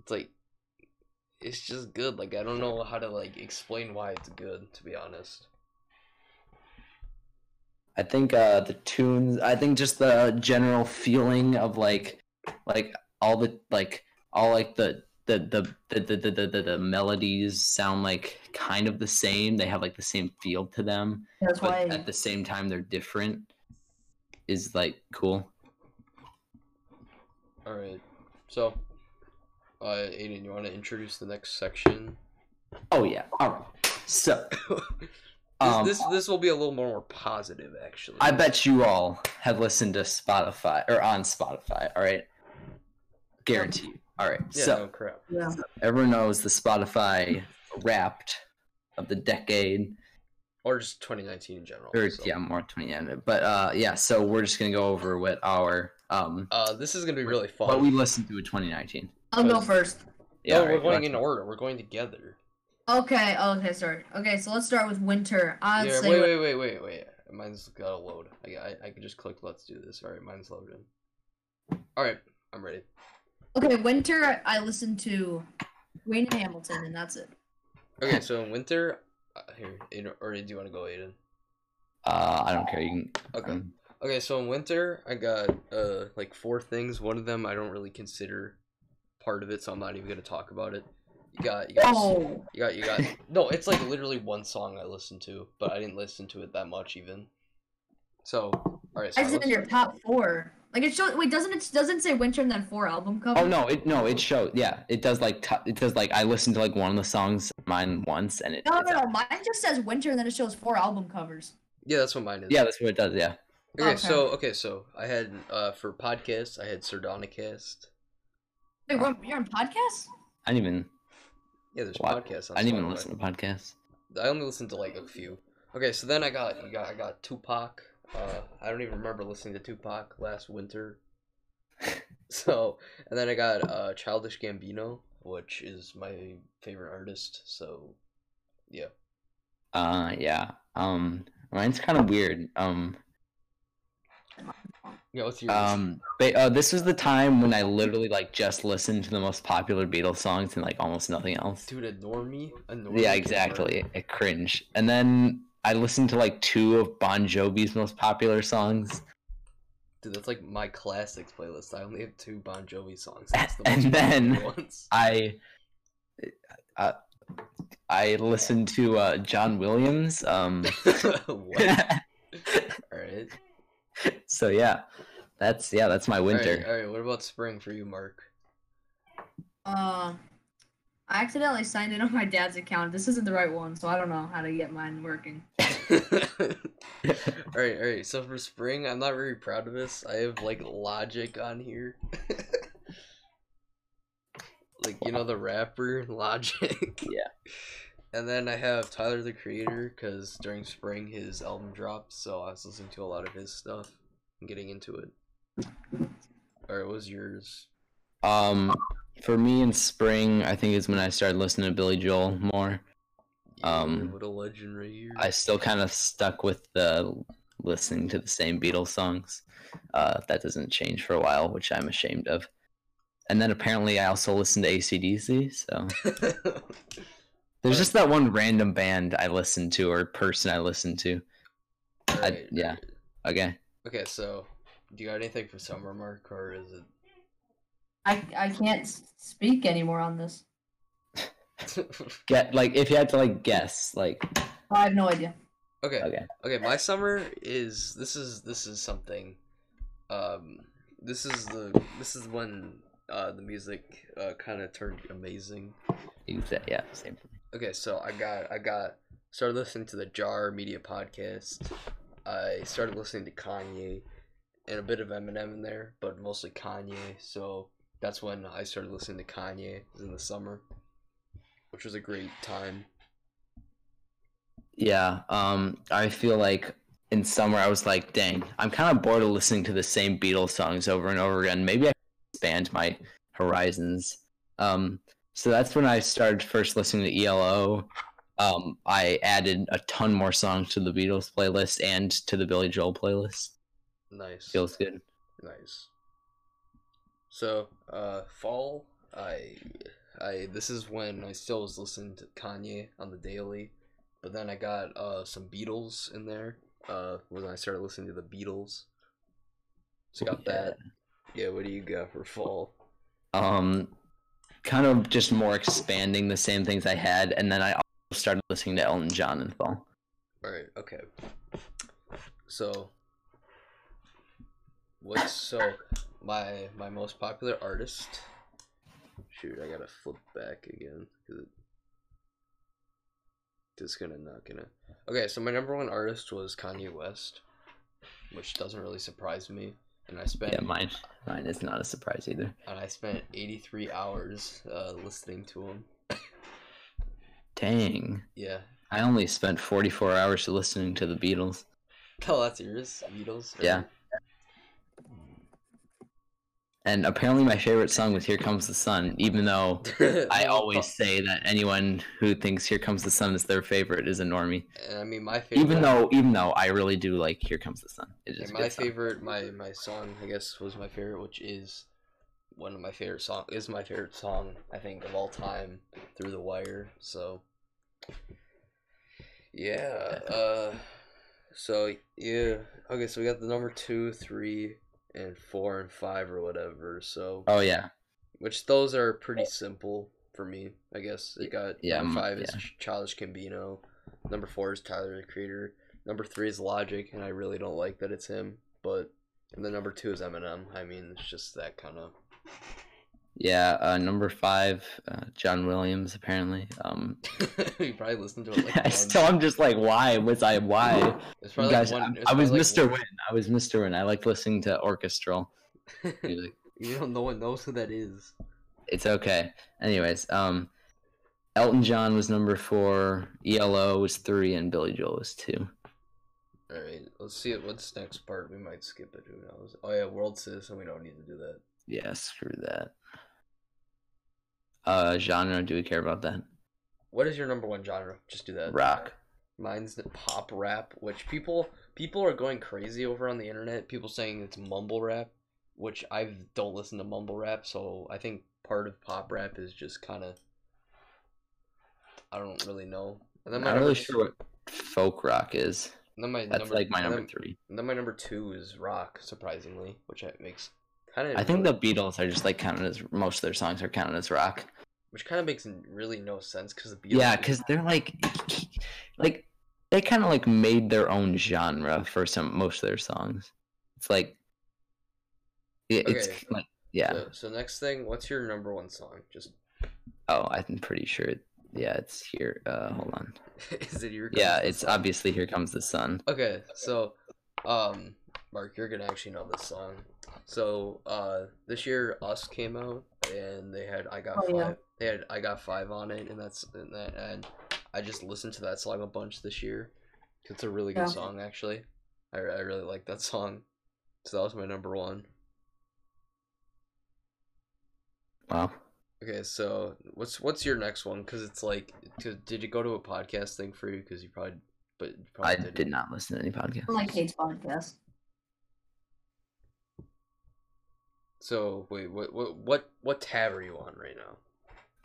Speaker 1: it's like it's just good. Like I don't know how to like explain why it's good, to be honest.
Speaker 3: I think uh, the tunes. I think just the general feeling of like like all the like all like the the the the the, the, the, the, the melodies sound like kind of the same. They have like the same feel to them,
Speaker 2: That's
Speaker 3: but
Speaker 2: why.
Speaker 3: at the same time they're different. Is like cool.
Speaker 1: All right. So, uh, Aiden, you want to introduce the next section?
Speaker 3: Oh yeah. All right. So
Speaker 1: this,
Speaker 3: um,
Speaker 1: this this will be a little more positive, actually.
Speaker 3: I bet you all have listened to Spotify or on Spotify. All right. Guarantee. you. All right.
Speaker 1: Yeah.
Speaker 3: so
Speaker 1: no crap.
Speaker 2: yeah.
Speaker 3: everyone knows the Spotify Wrapped of the decade,
Speaker 1: Or just 2019 in general.
Speaker 3: or
Speaker 1: so.
Speaker 3: yeah, more twenty end it. But uh, yeah, so we're just gonna go over what our um
Speaker 1: Uh, this is gonna be really fun.
Speaker 3: what we listened to in twenty nineteen.
Speaker 2: I'll go first.
Speaker 1: no, Oh, we're going in order. We're going together.
Speaker 2: Okay. oh, Okay. Sorry. Okay. So let's start with winter. I'd
Speaker 1: Yeah,
Speaker 2: say
Speaker 1: wait, wait, wait, wait, wait. Mine's gotta load. I, I, I can just click let's do this. Alright, mine's loaded. Alright, I'm ready.
Speaker 2: Okay, winter. I listened to Wayne and Hamilton, and that's it.
Speaker 1: Okay, so in winter, uh, here, Aiden, or do you wanna go Aiden?
Speaker 3: Uh, I don't care. You can.
Speaker 1: Okay.
Speaker 3: um,
Speaker 1: Okay, so in winter, I got uh like four things. One of them I don't really consider part of it, so I'm not even gonna talk about it. You got, you got,
Speaker 2: Oh,
Speaker 1: you got, you got. No, it's like literally one song I listened to, but I didn't listen to it that much even. So, all right. So
Speaker 2: I said in
Speaker 1: listened-
Speaker 2: your top four. Like it shows. Wait, doesn't it? Doesn't it say winter and then four album cover?
Speaker 3: Oh no! It no. It shows. Yeah, it does. Like t- it does. Like I listened to like one of the songs mine once, and it.
Speaker 2: No,
Speaker 3: it's-
Speaker 2: no, no. Mine just says winter, and then it shows four album covers.
Speaker 1: Yeah, that's what mine is.
Speaker 3: Yeah, that's what it does. Yeah.
Speaker 1: Okay,
Speaker 2: Okay.
Speaker 1: so okay, so I had uh for podcasts, I had Sardonicast.
Speaker 2: Wait, we're, you're on podcasts?
Speaker 3: I didn't even.
Speaker 1: Yeah, there's
Speaker 3: Wow,
Speaker 1: podcasts. On
Speaker 3: I didn't even
Speaker 1: Spotify.
Speaker 3: listen to podcasts.
Speaker 1: I only listened to like a few. Okay, so then I got you got I got Tupac. Uh, I don't even remember listening to Tupac last winter. So and then I got uh Childish Gambino, which is my favorite artist. So yeah,
Speaker 3: Uh, yeah. Um, mine's kind of weird. Um,
Speaker 1: yeah. What's yours?
Speaker 3: Um, but uh, this was the time when I literally like just listened to the most popular Beatles songs and like almost nothing else.
Speaker 1: Dude, adore me. Adore
Speaker 3: yeah,
Speaker 1: Me,
Speaker 3: exactly. It cringe. And then I listened to like two of Bon Jovi's most popular songs,
Speaker 1: Dude, that's like my classics playlist. I only have two Bon Jovi songs. That's the
Speaker 3: And
Speaker 1: most popular
Speaker 3: then-
Speaker 1: ones.
Speaker 3: I uh, I listened to uh, John Williams. Um,
Speaker 1: what? All right.
Speaker 3: so yeah, that's yeah, that's my winter.
Speaker 1: All right, all right, what about spring for you, Mark?
Speaker 2: Uh, I accidentally signed in on my dad's account. This isn't the right one, so I don't know how to get mine working.
Speaker 1: all right, all right. So for spring, I'm not very proud of this. I have like Logic on here. like you know the rapper Logic.
Speaker 3: Yeah.
Speaker 1: And then I have Tyler the Creator because during spring his album dropped, so I was listening to a lot of his stuff and getting into it. All right, what was yours?
Speaker 3: Um, for me in spring, I think is when I started listening to Billy Joel more. Um,
Speaker 1: what a legend right here.
Speaker 3: I still kind of stuck with the listening to the same Beatles songs. Uh, that doesn't change for a while, which I'm ashamed of. And then apparently, I also listened to ACDC. So there's just that one random band I listened to or person I listened to.
Speaker 1: All
Speaker 3: I- yeah. Okay.
Speaker 1: Okay, so do you got anything for summer, Mark, or is
Speaker 2: I I can't s- speak anymore on this.
Speaker 1: it?
Speaker 3: Get like if you had to like guess, like
Speaker 2: I have no idea.
Speaker 1: okay,
Speaker 3: okay,
Speaker 1: okay. My summer is this is this is something. Um, this is the this is when uh the music uh kind of turned amazing.
Speaker 3: you said- yeah, same. For me.
Speaker 1: Okay, so I got I got started listening to the Jar Media podcast. I started listening to Kanye and a bit of Eminem in there, but mostly Kanye. So that's when I started listening to Kanye was in the summer, which was a great time.
Speaker 3: Yeah, um, I feel like in summer I was like, dang, I'm kind of bored of listening to the same Beatles songs over and over again. Maybe I should expand my horizons. Um, so that's when I started first listening to ELO. Um, I added a ton more songs to the Beatles playlist and to the Billy Joel playlist.
Speaker 1: Nice.
Speaker 3: Feels good.
Speaker 1: Nice. So, uh, fall, I, I, this is when I still was listening to Kanye on the daily, but then I got, uh, some Beatles in there, uh, when I started listening to the Beatles. So I got
Speaker 3: Oh, Yeah.
Speaker 1: that. Yeah, what do you got for fall?
Speaker 3: um kind of just more expanding the same things I had and then I also started listening to Elton John in fall.
Speaker 1: Alright, okay. So what's so my my most popular artist shoot I gotta flip back again because it's gonna not gonna okay so my number one artist was Kanye West which doesn't really surprise me and I spent
Speaker 3: Yeah, mine mine is not a surprise either.
Speaker 1: and I spent 83 hours uh, listening to him
Speaker 3: Dang.
Speaker 1: yeah
Speaker 3: I only spent 44 hours listening to the Beatles.
Speaker 1: oh that's yours Beatles or-
Speaker 3: Yeah. And apparently my favorite song was Here Comes the Sun, even though I always say that anyone who thinks Here Comes the Sun is their favorite is a normie.
Speaker 1: and I mean my favorite
Speaker 3: Even though even though I really do like Here Comes the Sun. It
Speaker 1: Yeah,
Speaker 3: is a
Speaker 1: my
Speaker 3: good song.
Speaker 1: favorite, my my song, I guess, was my favorite, which is one of my favorite song is my favorite song I think of all time, "Through the Wire." So, yeah. Uh, so yeah. Okay, so we got the number two, three, and four, and five, or whatever. So,
Speaker 3: Oh yeah.
Speaker 1: which those are pretty simple for me, I guess. It got
Speaker 3: Yeah,
Speaker 1: number
Speaker 3: mm,
Speaker 1: five is Ch- Childish Gambino, number four is Tyler the Creator, number three is Logic, and I really don't like that it's him. But and then number two is Eminem. I mean, it's just that kind of
Speaker 3: Yeah, uh, number 5 uh, John Williams apparently. Um
Speaker 1: you probably listened to it like
Speaker 3: I
Speaker 1: once.
Speaker 3: still, I'm just like, why was I? Why?
Speaker 1: It's
Speaker 3: You
Speaker 1: probably
Speaker 3: guys,
Speaker 1: like one,
Speaker 3: I,
Speaker 1: it's
Speaker 3: I was
Speaker 1: probably like
Speaker 3: Mr.
Speaker 1: one-
Speaker 3: Win. I was Mr. Win. I like listening to orchestral music.
Speaker 1: you don't no one knows who that is.
Speaker 3: it's okay. Anyways, um, Elton John was number four, ELO was three, and Billy Joel was two.
Speaker 1: All right, let's see it. What's next part? We might skip it. Who knows? Oh yeah, World Citizen. We don't need to do that.
Speaker 3: Yeah, screw that. Uh, genre? Do we care about that?
Speaker 1: What is your number one genre? Just do that.
Speaker 3: Rock.
Speaker 1: Mine's the pop rap, which people people are going crazy over on the internet. People saying it's mumble rap, which I don't listen to mumble rap, so I think part of pop rap is just kind of I don't really know. And
Speaker 3: I'm
Speaker 1: my
Speaker 3: not
Speaker 1: number
Speaker 3: really
Speaker 1: t-
Speaker 3: sure what folk rock is.
Speaker 1: And then my
Speaker 3: That's
Speaker 1: number,
Speaker 3: like my
Speaker 1: and
Speaker 3: number
Speaker 1: then,
Speaker 3: three.
Speaker 1: and then my number two is rock, surprisingly, which I- makes kind of
Speaker 3: I think the Beatles are just like counted as most of their songs are counted as rock.
Speaker 1: which kind of makes n- really no sense because the Beatles
Speaker 3: Yeah,
Speaker 1: did-
Speaker 3: because they're like, like they kind of like made their own genre for some most of their songs. It's like, it, it's
Speaker 1: Okay.
Speaker 3: like, yeah.
Speaker 1: So, so next thing, what's your number one song? Just
Speaker 3: Oh, I'm pretty sure. it- Yeah, it's here. Uh, hold on.
Speaker 1: is it your
Speaker 3: Yeah, it's obviously "Here Comes the Sun."
Speaker 1: Okay, so, um, Mark, you're gonna actually know this song. So, uh, this year Us came out, and they had I got
Speaker 2: Oh,
Speaker 1: five.
Speaker 2: yeah.
Speaker 1: They had I got five on it, and that's and that and I just listened to that song a bunch this year. It's a really good
Speaker 2: Yeah.
Speaker 1: song, actually. I I really like that song. So that was my number one.
Speaker 3: Wow.
Speaker 1: Okay, so what's what's your next one? Because it's like, 'cause did you go to a podcast thing for you? Because you probably, but you probably
Speaker 3: I
Speaker 1: Oh, didn't.
Speaker 3: did not listen to any podcast.
Speaker 2: I like Kate's podcast.
Speaker 1: So wait, what what what what tab are you on right now?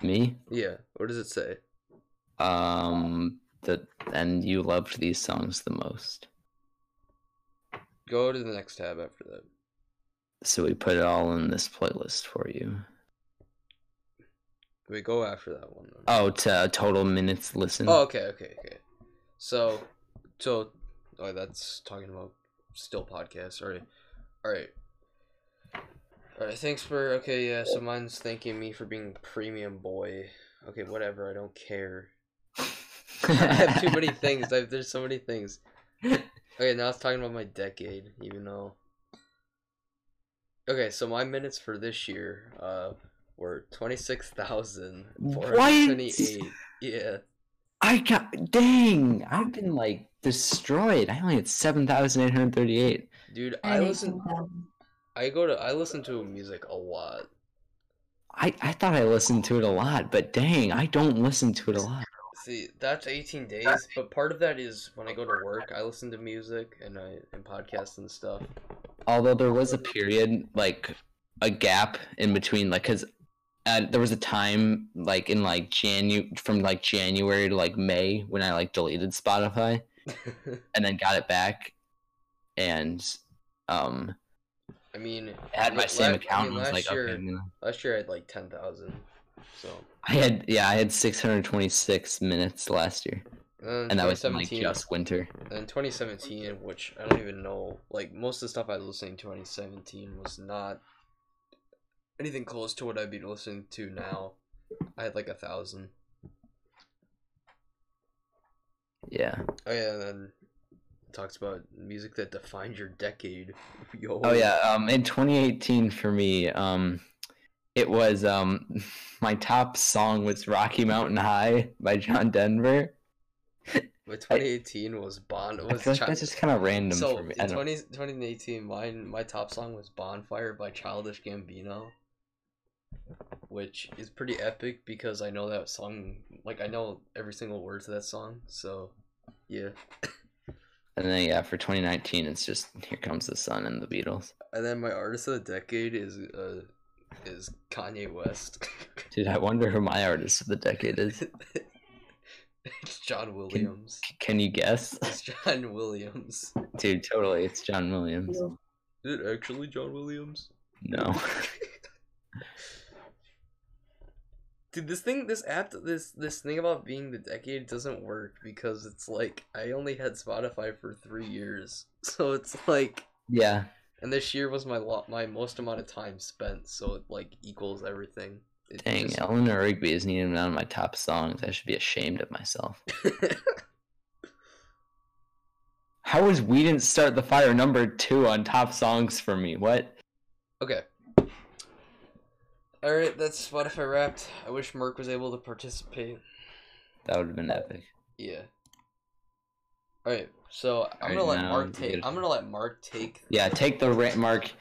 Speaker 3: Me.
Speaker 1: Yeah. What does it say?
Speaker 3: Um. The and you loved these songs the most,
Speaker 1: Go to the next tab after that.
Speaker 3: so we put it all in this playlist for you.
Speaker 1: We go after that one. Then.
Speaker 3: Oh, to total minutes listened.
Speaker 1: Oh, okay, okay, okay. So, so, oh, that's talking about still podcasts. All right, all right, all right. Thanks for okay. Yeah. So mine's thanking me for being premium boy. Okay, whatever. I don't care. I have too many things. I have, there's so many things. Okay, now it's talking about my decade, even though. Okay, so my minutes for this year uh, were 26,428. Yeah.
Speaker 3: I got dang. I've been like destroyed. I only had seven thousand eight hundred thirty-eight.
Speaker 1: Dude, I
Speaker 2: I hate
Speaker 1: listen
Speaker 2: them.
Speaker 1: I go to I listen to music a lot.
Speaker 3: I I thought I listened to it a lot, but dang, I don't listen to it a lot.
Speaker 1: See, that's 18 days, but part of that is when I go to work, I listen to music and I and podcasts and stuff.
Speaker 3: Although there was a period like a gap in between, like because. Uh, there was a time like in like Janu from like January to like May when I like deleted Spotify and then got it back and um
Speaker 1: I mean,
Speaker 3: I had my
Speaker 1: Like,
Speaker 3: same
Speaker 1: la- I
Speaker 3: account.
Speaker 1: mean,
Speaker 3: and I was
Speaker 1: last
Speaker 3: like,
Speaker 1: year-
Speaker 3: okay, I'm gonna-
Speaker 1: last year I had like ten thousand. So
Speaker 3: I had yeah, I had 626 minutes last year,
Speaker 1: and,
Speaker 3: and that was in, like
Speaker 1: 2017
Speaker 3: just winter.
Speaker 1: and 2017 which i don't even know like most of the stuff i was listening to in 2017 was not anything close to what i'd be listening to now i had like a thousand
Speaker 3: Yeah.
Speaker 1: oh yeah and then it talks about music that defined your decade yo
Speaker 3: Oh yeah. Um, in 2018 for me, um, it was um, my top song was Rocky Mountain High by John Denver.
Speaker 1: but 2018 was bond
Speaker 3: I
Speaker 1: was
Speaker 3: feel like
Speaker 1: Chi-
Speaker 3: that's just kind of random
Speaker 1: so
Speaker 3: for me. I
Speaker 1: in
Speaker 3: don't-
Speaker 1: 20, 2018 mine my top song was bonfire by childish gambino which is pretty epic because i know that song like i know every single word to that song so yeah
Speaker 3: And then yeah, for 2019, it's just Here Comes the Sun and the Beatles.
Speaker 1: and then my artist of the decade is uh is kanye west
Speaker 3: Dude, I wonder who my artist of the decade is.
Speaker 1: it's john williams
Speaker 3: Can you guess?
Speaker 1: it's john williams
Speaker 3: Dude, totally, it's John Williams.
Speaker 1: is it actually john williams
Speaker 3: No.
Speaker 1: Dude, this thing, this app, this this thing about being the decade doesn't work because it's like I only had Spotify for three years, so it's like,
Speaker 3: Yeah.
Speaker 1: and this year was my lot, my most amount of time spent, so it like equals everything. It
Speaker 3: Dang,
Speaker 1: just-
Speaker 3: Eleanor Rigby isn't even one of my top songs. I should be ashamed of myself. How is We Didn't Start the Fire number two on top songs for me? What?
Speaker 1: Okay. All right, that's Spotify wrapped. I wish Merc was able to participate.
Speaker 3: That would have been epic.
Speaker 1: Yeah. All right, so I'm
Speaker 3: right,
Speaker 1: gonna let
Speaker 3: now
Speaker 1: Mark
Speaker 3: you
Speaker 1: take.
Speaker 3: gotta-
Speaker 1: I'm gonna let Mark take.
Speaker 3: Yeah, take the rant, Mark.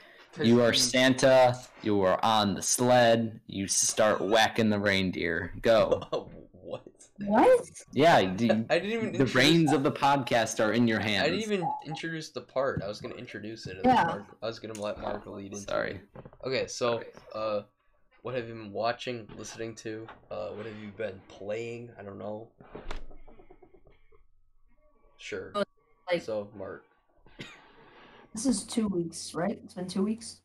Speaker 3: You are Santa. You are on the sled. You start whacking the reindeer. Go.
Speaker 1: what?
Speaker 2: What?
Speaker 3: Yeah, the,
Speaker 1: I didn't even.
Speaker 3: the
Speaker 1: introduce-
Speaker 3: reins of the podcast are in your hands.
Speaker 1: I didn't even introduce the part. I was gonna introduce it. and
Speaker 2: Yeah. Oh,
Speaker 1: then Mark, I was gonna let Mark lead into.
Speaker 3: Sorry.
Speaker 1: it. Okay, so uh, what have you been watching, listening to? Uh, what have you been playing? I don't know. Sure.
Speaker 2: Oh, like-
Speaker 1: so, Mark,
Speaker 2: This is two weeks, right? It's been two weeks.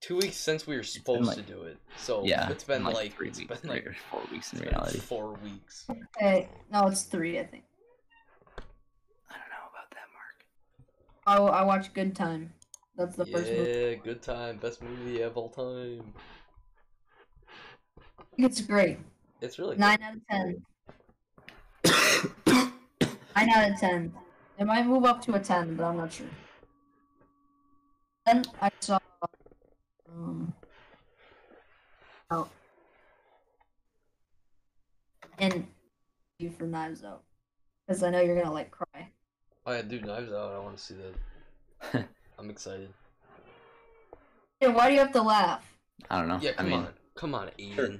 Speaker 1: two weeks since we were supposed
Speaker 3: like-
Speaker 1: to do it. So
Speaker 3: Yeah,
Speaker 1: it's been like,
Speaker 3: three
Speaker 1: it's
Speaker 3: weeks,
Speaker 1: been like
Speaker 3: three or four weeks in
Speaker 1: it's been
Speaker 3: reality.
Speaker 1: four weeks.
Speaker 2: Okay, no, it's three, I think.
Speaker 3: I don't know about that, Mark.
Speaker 2: I, Oh, I watched Good Time. That's the first movie.
Speaker 1: Yeah, good time. Best movie of all time.
Speaker 2: I think It's great.
Speaker 1: It's really
Speaker 2: Nine out of ten. Nine out of ten. It might move up to a ten, but I'm not sure. Then I saw. Um, oh. out. And you for Knives Out, because I know you're gonna like cry.
Speaker 1: good. I do Oh, Knives Out. I want to see that. I'm excited.
Speaker 2: Hey, why do you have to laugh?
Speaker 3: I don't know.
Speaker 1: Yeah, come
Speaker 3: I mean,
Speaker 1: on, come on, Aiden.
Speaker 3: Oh, Sure.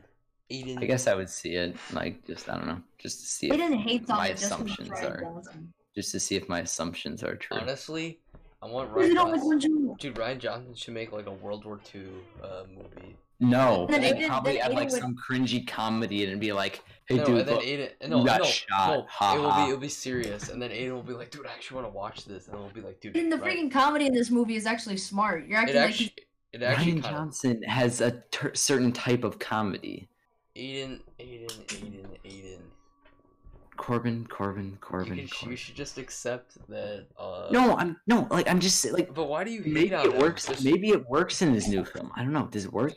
Speaker 1: Aiden.
Speaker 3: I guess I would see it, like just I don't know, just to see
Speaker 2: They
Speaker 3: if,
Speaker 2: didn't hate on
Speaker 3: my
Speaker 2: it just 'cause
Speaker 3: assumptions
Speaker 2: of Ryan
Speaker 3: are-
Speaker 2: Johnson.
Speaker 3: just to see if my assumptions are true.
Speaker 1: honestly, I want
Speaker 2: Because
Speaker 1: Ryan.
Speaker 2: they don't like
Speaker 1: Johnson.
Speaker 2: Lin Jun.
Speaker 1: Dude, Ryan Johnson should make like a World War II uh, movie.
Speaker 3: No,
Speaker 2: Then
Speaker 3: they
Speaker 2: Aiden-
Speaker 3: probably
Speaker 2: then
Speaker 3: add
Speaker 2: Aiden
Speaker 3: like
Speaker 2: would-
Speaker 3: some cringy comedy in it and be like, "Hey,
Speaker 1: no,
Speaker 3: dude,
Speaker 1: and then
Speaker 3: look,
Speaker 1: Aiden. No,
Speaker 3: got
Speaker 1: no,
Speaker 3: shot,
Speaker 1: no.
Speaker 3: ha
Speaker 1: it will
Speaker 3: ha.
Speaker 1: be. It'll be serious, and then Aiden will be like, "Dude, I actually want to watch this," and it'll be like, "Dude,
Speaker 2: And the
Speaker 1: Ryan-
Speaker 2: freaking comedy in this movie is actually smart. You're
Speaker 1: It
Speaker 2: acting like he's
Speaker 1: actually. It actually
Speaker 3: Ryan
Speaker 1: kind of.
Speaker 3: Johnson has a ter- certain type of comedy."
Speaker 1: Aiden, Aiden, Aiden, Aiden.
Speaker 3: Corbin, Corbin,
Speaker 1: You,
Speaker 3: Corbin,
Speaker 1: can, you
Speaker 3: Corbin.
Speaker 1: should just accept that. Uh,
Speaker 3: No, I'm no, like I'm just like
Speaker 1: But why do you hate
Speaker 3: maybe
Speaker 1: on
Speaker 3: it
Speaker 1: him?
Speaker 3: works.
Speaker 1: Just-
Speaker 3: Maybe it works in his new film. I don't know. Does it work?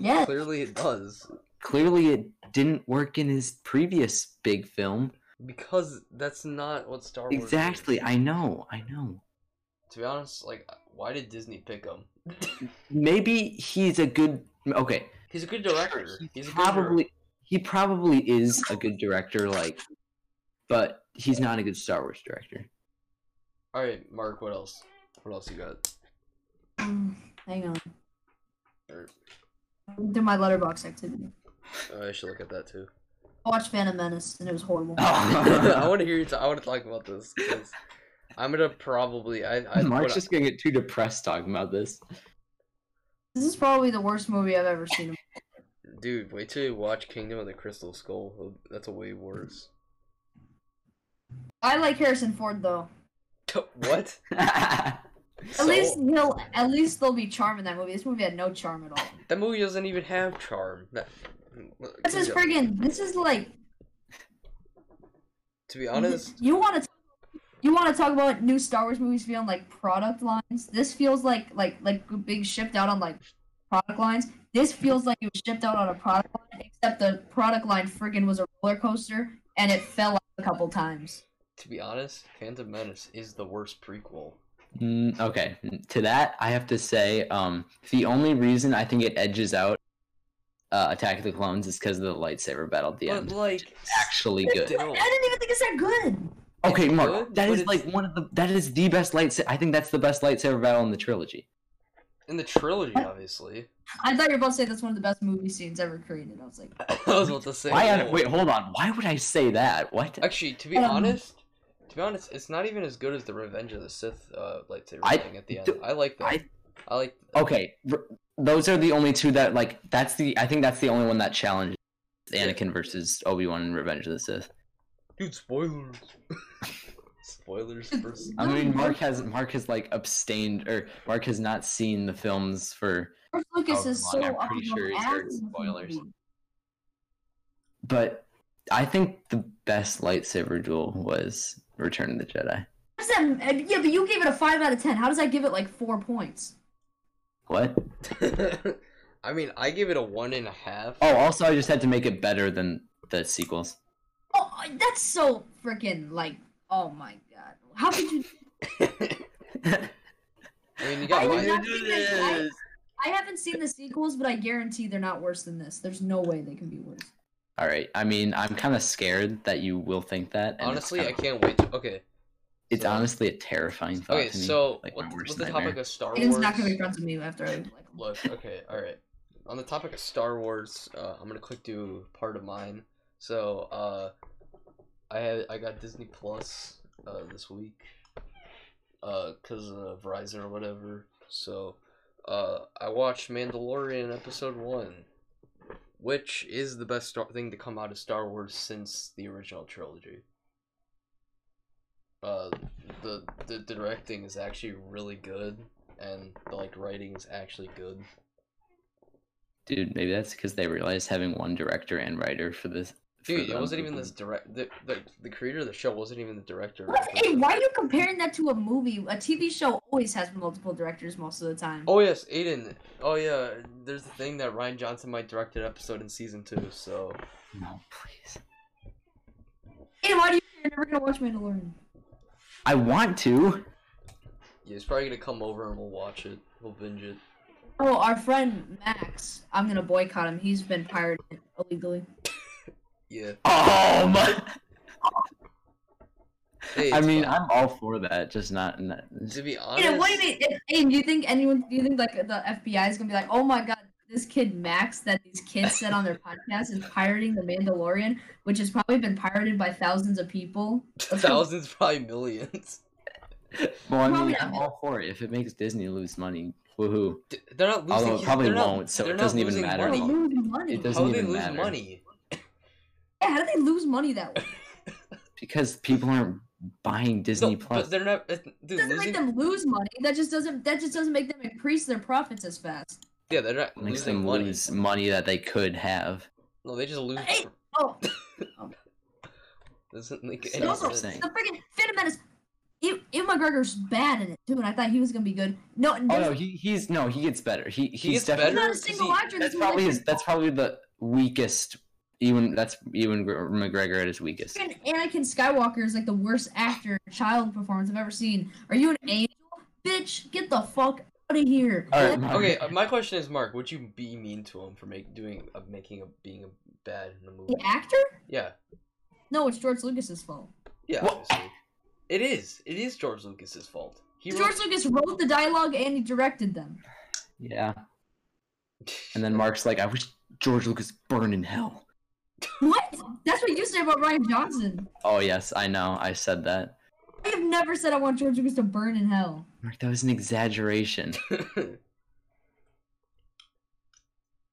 Speaker 2: Yes.
Speaker 1: Clearly, it does
Speaker 3: Clearly, it didn't work in his previous big film.
Speaker 1: because that's not what Star Wars. is.
Speaker 3: Exactly. I know. I know.
Speaker 1: To be honest, like, why did Disney pick him?
Speaker 3: Maybe he's a good. Okay.
Speaker 1: He's a good
Speaker 3: sure,
Speaker 1: director.
Speaker 3: he
Speaker 1: He's a good
Speaker 3: probably he probably is a good director, like, but he's not a good Star Wars director.
Speaker 1: All right, Mark. What else? What else you got?
Speaker 2: Mm, Hang on.
Speaker 1: Or-
Speaker 2: Do my letterbox activity.
Speaker 1: Oh, I should look at that too.
Speaker 2: I watched Phantom Menace and it was horrible.
Speaker 1: Oh. I want to hear you. T- I want to talk about this. 'cause I'm gonna probably. I. I
Speaker 3: Mark's
Speaker 1: what-
Speaker 3: just gonna get too depressed talking about this.
Speaker 2: This is probably the worst movie I've ever seen.
Speaker 1: Dude, wait till you watch Kingdom of the Crystal Skull. That's a way worse.
Speaker 2: I like Harrison Ford though.
Speaker 1: what?
Speaker 3: I
Speaker 2: At least he'll at least there'll be charm in that movie. This movie had no charm at all.
Speaker 1: That movie doesn't even have charm. That-
Speaker 2: This is friggin' this is like
Speaker 1: to be honest,
Speaker 2: You want to you want to talk about new Star Wars movies feeling like product lines? This feels like like like a big shipped out on like product lines. This feels like it was shipped out on a product line, except the product line friggin' was a roller coaster and it fell out a couple times.
Speaker 1: to be honest, Phantom Menace is the worst prequel.
Speaker 3: Mm, okay. To that, I have to say, um, the only reason I think it edges out uh, Attack of the Clones is because of the lightsaber battle at the
Speaker 1: but
Speaker 3: end.
Speaker 1: like,
Speaker 3: Actually good.
Speaker 1: still,
Speaker 2: I didn't even think it's that good.
Speaker 3: Okay, Mark,
Speaker 1: good,
Speaker 3: that
Speaker 1: but
Speaker 3: is
Speaker 1: it's-
Speaker 3: like one of the that is the best lightsaber. I think that's the best lightsaber battle in the trilogy.
Speaker 1: in the trilogy, obviously.
Speaker 2: I thought you were about to say that's one of the best movie scenes ever created. I was like,
Speaker 1: I was about to say.
Speaker 3: Why?
Speaker 1: no.
Speaker 3: I, wait, hold on. Why would I say that? What?
Speaker 1: Actually, to be
Speaker 2: Um,
Speaker 1: honest, to be honest, it's not even as good as the Revenge of the Sith uh, lightsaber
Speaker 3: I-
Speaker 1: thing at the end.
Speaker 3: d-
Speaker 1: I like that. I,
Speaker 3: I-
Speaker 1: like.
Speaker 3: Okay, r- those are the only two that like. That's the. I think that's the only one that challenges Anakin versus Obi Wan in Revenge of the Sith.
Speaker 1: Dude, spoilers. spoilers first.
Speaker 3: I mean, Mark has Mark has like abstained, or Mark has not seen the films for.
Speaker 2: George Lucas
Speaker 3: Oh,
Speaker 2: is
Speaker 3: come
Speaker 2: so
Speaker 3: on, I'm
Speaker 2: up
Speaker 3: pretty
Speaker 2: on
Speaker 3: sure he's
Speaker 2: ass
Speaker 3: heard
Speaker 2: in this
Speaker 3: spoilers.
Speaker 2: movie.
Speaker 3: But I think the best lightsaber duel was Return of the Jedi.
Speaker 2: How does that? and- Yeah, but you gave it a five out of ten. How does that give it like four points?
Speaker 3: What?
Speaker 1: I mean, I give it a one and a half.
Speaker 3: Oh, also, I just had to make it better than the sequels.
Speaker 2: Oh, I- that's so freaking like, oh my god. How could you?
Speaker 1: I mean, you
Speaker 2: I
Speaker 1: got
Speaker 2: did
Speaker 1: my,
Speaker 2: not think I- I haven't seen the sequels, but I guarantee they're not worse than this. There's no way they can be worse.
Speaker 3: All right. I mean, I'm kind of scared that you will think that. and
Speaker 1: honestly,
Speaker 3: it's,
Speaker 1: I
Speaker 3: kinda-
Speaker 1: can't wait. to- Okay,
Speaker 3: it's
Speaker 1: so-
Speaker 3: honestly a terrifying thought
Speaker 1: okay.
Speaker 3: to me.
Speaker 1: So,
Speaker 3: like, my
Speaker 1: what,
Speaker 3: worst
Speaker 1: what's the
Speaker 3: nightmare.
Speaker 1: topic of Star
Speaker 2: Aiden's
Speaker 1: Wars?
Speaker 2: not gonna be friends with me after I like.
Speaker 1: Look, okay, all right. On the topic of Star Wars, uh, I'm gonna quick do part of mine. So, uh, I had I got Disney Plus uh, this week, uh, cause of Verizon or whatever. So, uh, I watched Mandalorian episode one, which is the best star- thing to come out of Star Wars since the original trilogy. Uh, the the directing is actually really good and the like writing is actually good.
Speaker 3: Dude, maybe that's because they realized having one director and writer for this. for
Speaker 1: Dude, it
Speaker 3: them
Speaker 1: wasn't
Speaker 3: would
Speaker 1: even
Speaker 3: be-
Speaker 1: this direct. The, the the creator of the show wasn't even the director.
Speaker 2: What? Hey, why are you comparing that to a movie? A TV show always has multiple directors most of the time.
Speaker 1: Oh yes, Aiden. Oh yeah, there's the thing that Ryan Johnson might direct an episode in season two. So
Speaker 3: No, please.
Speaker 2: Aiden, why do you? You're never gonna watch Mandalorian.
Speaker 3: I want to.
Speaker 1: yeah, he's probably gonna come over and we'll watch it. We'll binge it.
Speaker 2: Oh, our friend Max. I'm gonna boycott him. He's been pirated illegally.
Speaker 1: Yeah.
Speaker 3: Oh my!
Speaker 1: Hey,
Speaker 3: I
Speaker 1: it's
Speaker 3: mean,
Speaker 1: fine.
Speaker 3: I'm all for that, just not. In that.
Speaker 1: to be honest,
Speaker 2: Aiden, what do you mean? Aiden, do you think anyone? Do you think like the FBI is gonna be like, oh my god, this kid Max that these kids said on their podcast is pirating the Mandalorian, which has probably been pirated by thousands of people.
Speaker 1: thousands, probably millions.
Speaker 3: Well, I
Speaker 2: Probably
Speaker 3: mean,
Speaker 2: not.
Speaker 3: I'm all for it. If it makes Disney lose money, woohoo!
Speaker 1: D- They're not losing.
Speaker 3: Although it probably
Speaker 1: they're not-
Speaker 3: won't, so it
Speaker 1: they're not
Speaker 3: doesn't even
Speaker 1: losing
Speaker 3: matter.
Speaker 2: How do
Speaker 1: money.
Speaker 2: they lose money?
Speaker 3: It doesn't
Speaker 1: How do they
Speaker 3: even
Speaker 1: lose
Speaker 3: matter.
Speaker 1: money?
Speaker 2: Yeah, how do they lose money that way?
Speaker 3: Because people aren't buying Disney
Speaker 1: No,
Speaker 3: Plus.
Speaker 1: But they're not. eh, Dude,
Speaker 2: It doesn't
Speaker 1: losing.
Speaker 2: make them lose money. That just doesn't. That just doesn't make them increase their profits as fast.
Speaker 1: Yeah, they're not
Speaker 3: It makes
Speaker 1: losing
Speaker 3: them
Speaker 1: money.
Speaker 3: lose money that they could have.
Speaker 1: No, they just lose.
Speaker 2: Hey, Oh,
Speaker 1: Doesn't make
Speaker 3: So
Speaker 1: any
Speaker 2: that's what I'm
Speaker 1: sense.
Speaker 3: saying.
Speaker 2: the freaking Phantom Menace. Ewan Ewan McGregor's bad in it too, and I thought he was gonna be good. No, and
Speaker 3: Oh
Speaker 2: there's
Speaker 3: no, he, he's no, he gets better. He he's
Speaker 1: He gets
Speaker 3: definitely
Speaker 1: better.
Speaker 2: not a
Speaker 1: 'cause
Speaker 2: single
Speaker 1: he-
Speaker 2: actor in this
Speaker 3: that's
Speaker 2: movie that
Speaker 3: probably
Speaker 2: can
Speaker 3: his, that's probably the weakest. Even that's even Gr- McGregor at his weakest.
Speaker 2: Freaking Anakin Skywalker is like the worst actor child performance I've ever seen. Are you an angel? Bitch, get the fuck out of here.
Speaker 3: All right,
Speaker 2: That-
Speaker 3: Mark.
Speaker 1: Okay, uh, my question is, Mark, would you be mean to him for make doing uh, making a being a bad in the movie?
Speaker 2: the actor?
Speaker 1: Yeah,
Speaker 2: No, it's George Lucas's fault.
Speaker 1: yeah.
Speaker 3: What?
Speaker 1: obviously. It is. It is George Lucas's fault. He
Speaker 2: George Lucas wrote the dialogue and he directed them.
Speaker 3: Yeah, and then Mark's like, I wish George Lucas burned in hell.
Speaker 2: What? That's what you said about Ryan Johnson.
Speaker 3: Oh yes, I know. I said that.
Speaker 2: I have never said I want George Lucas to burn in hell.
Speaker 3: Mark, that was an exaggeration.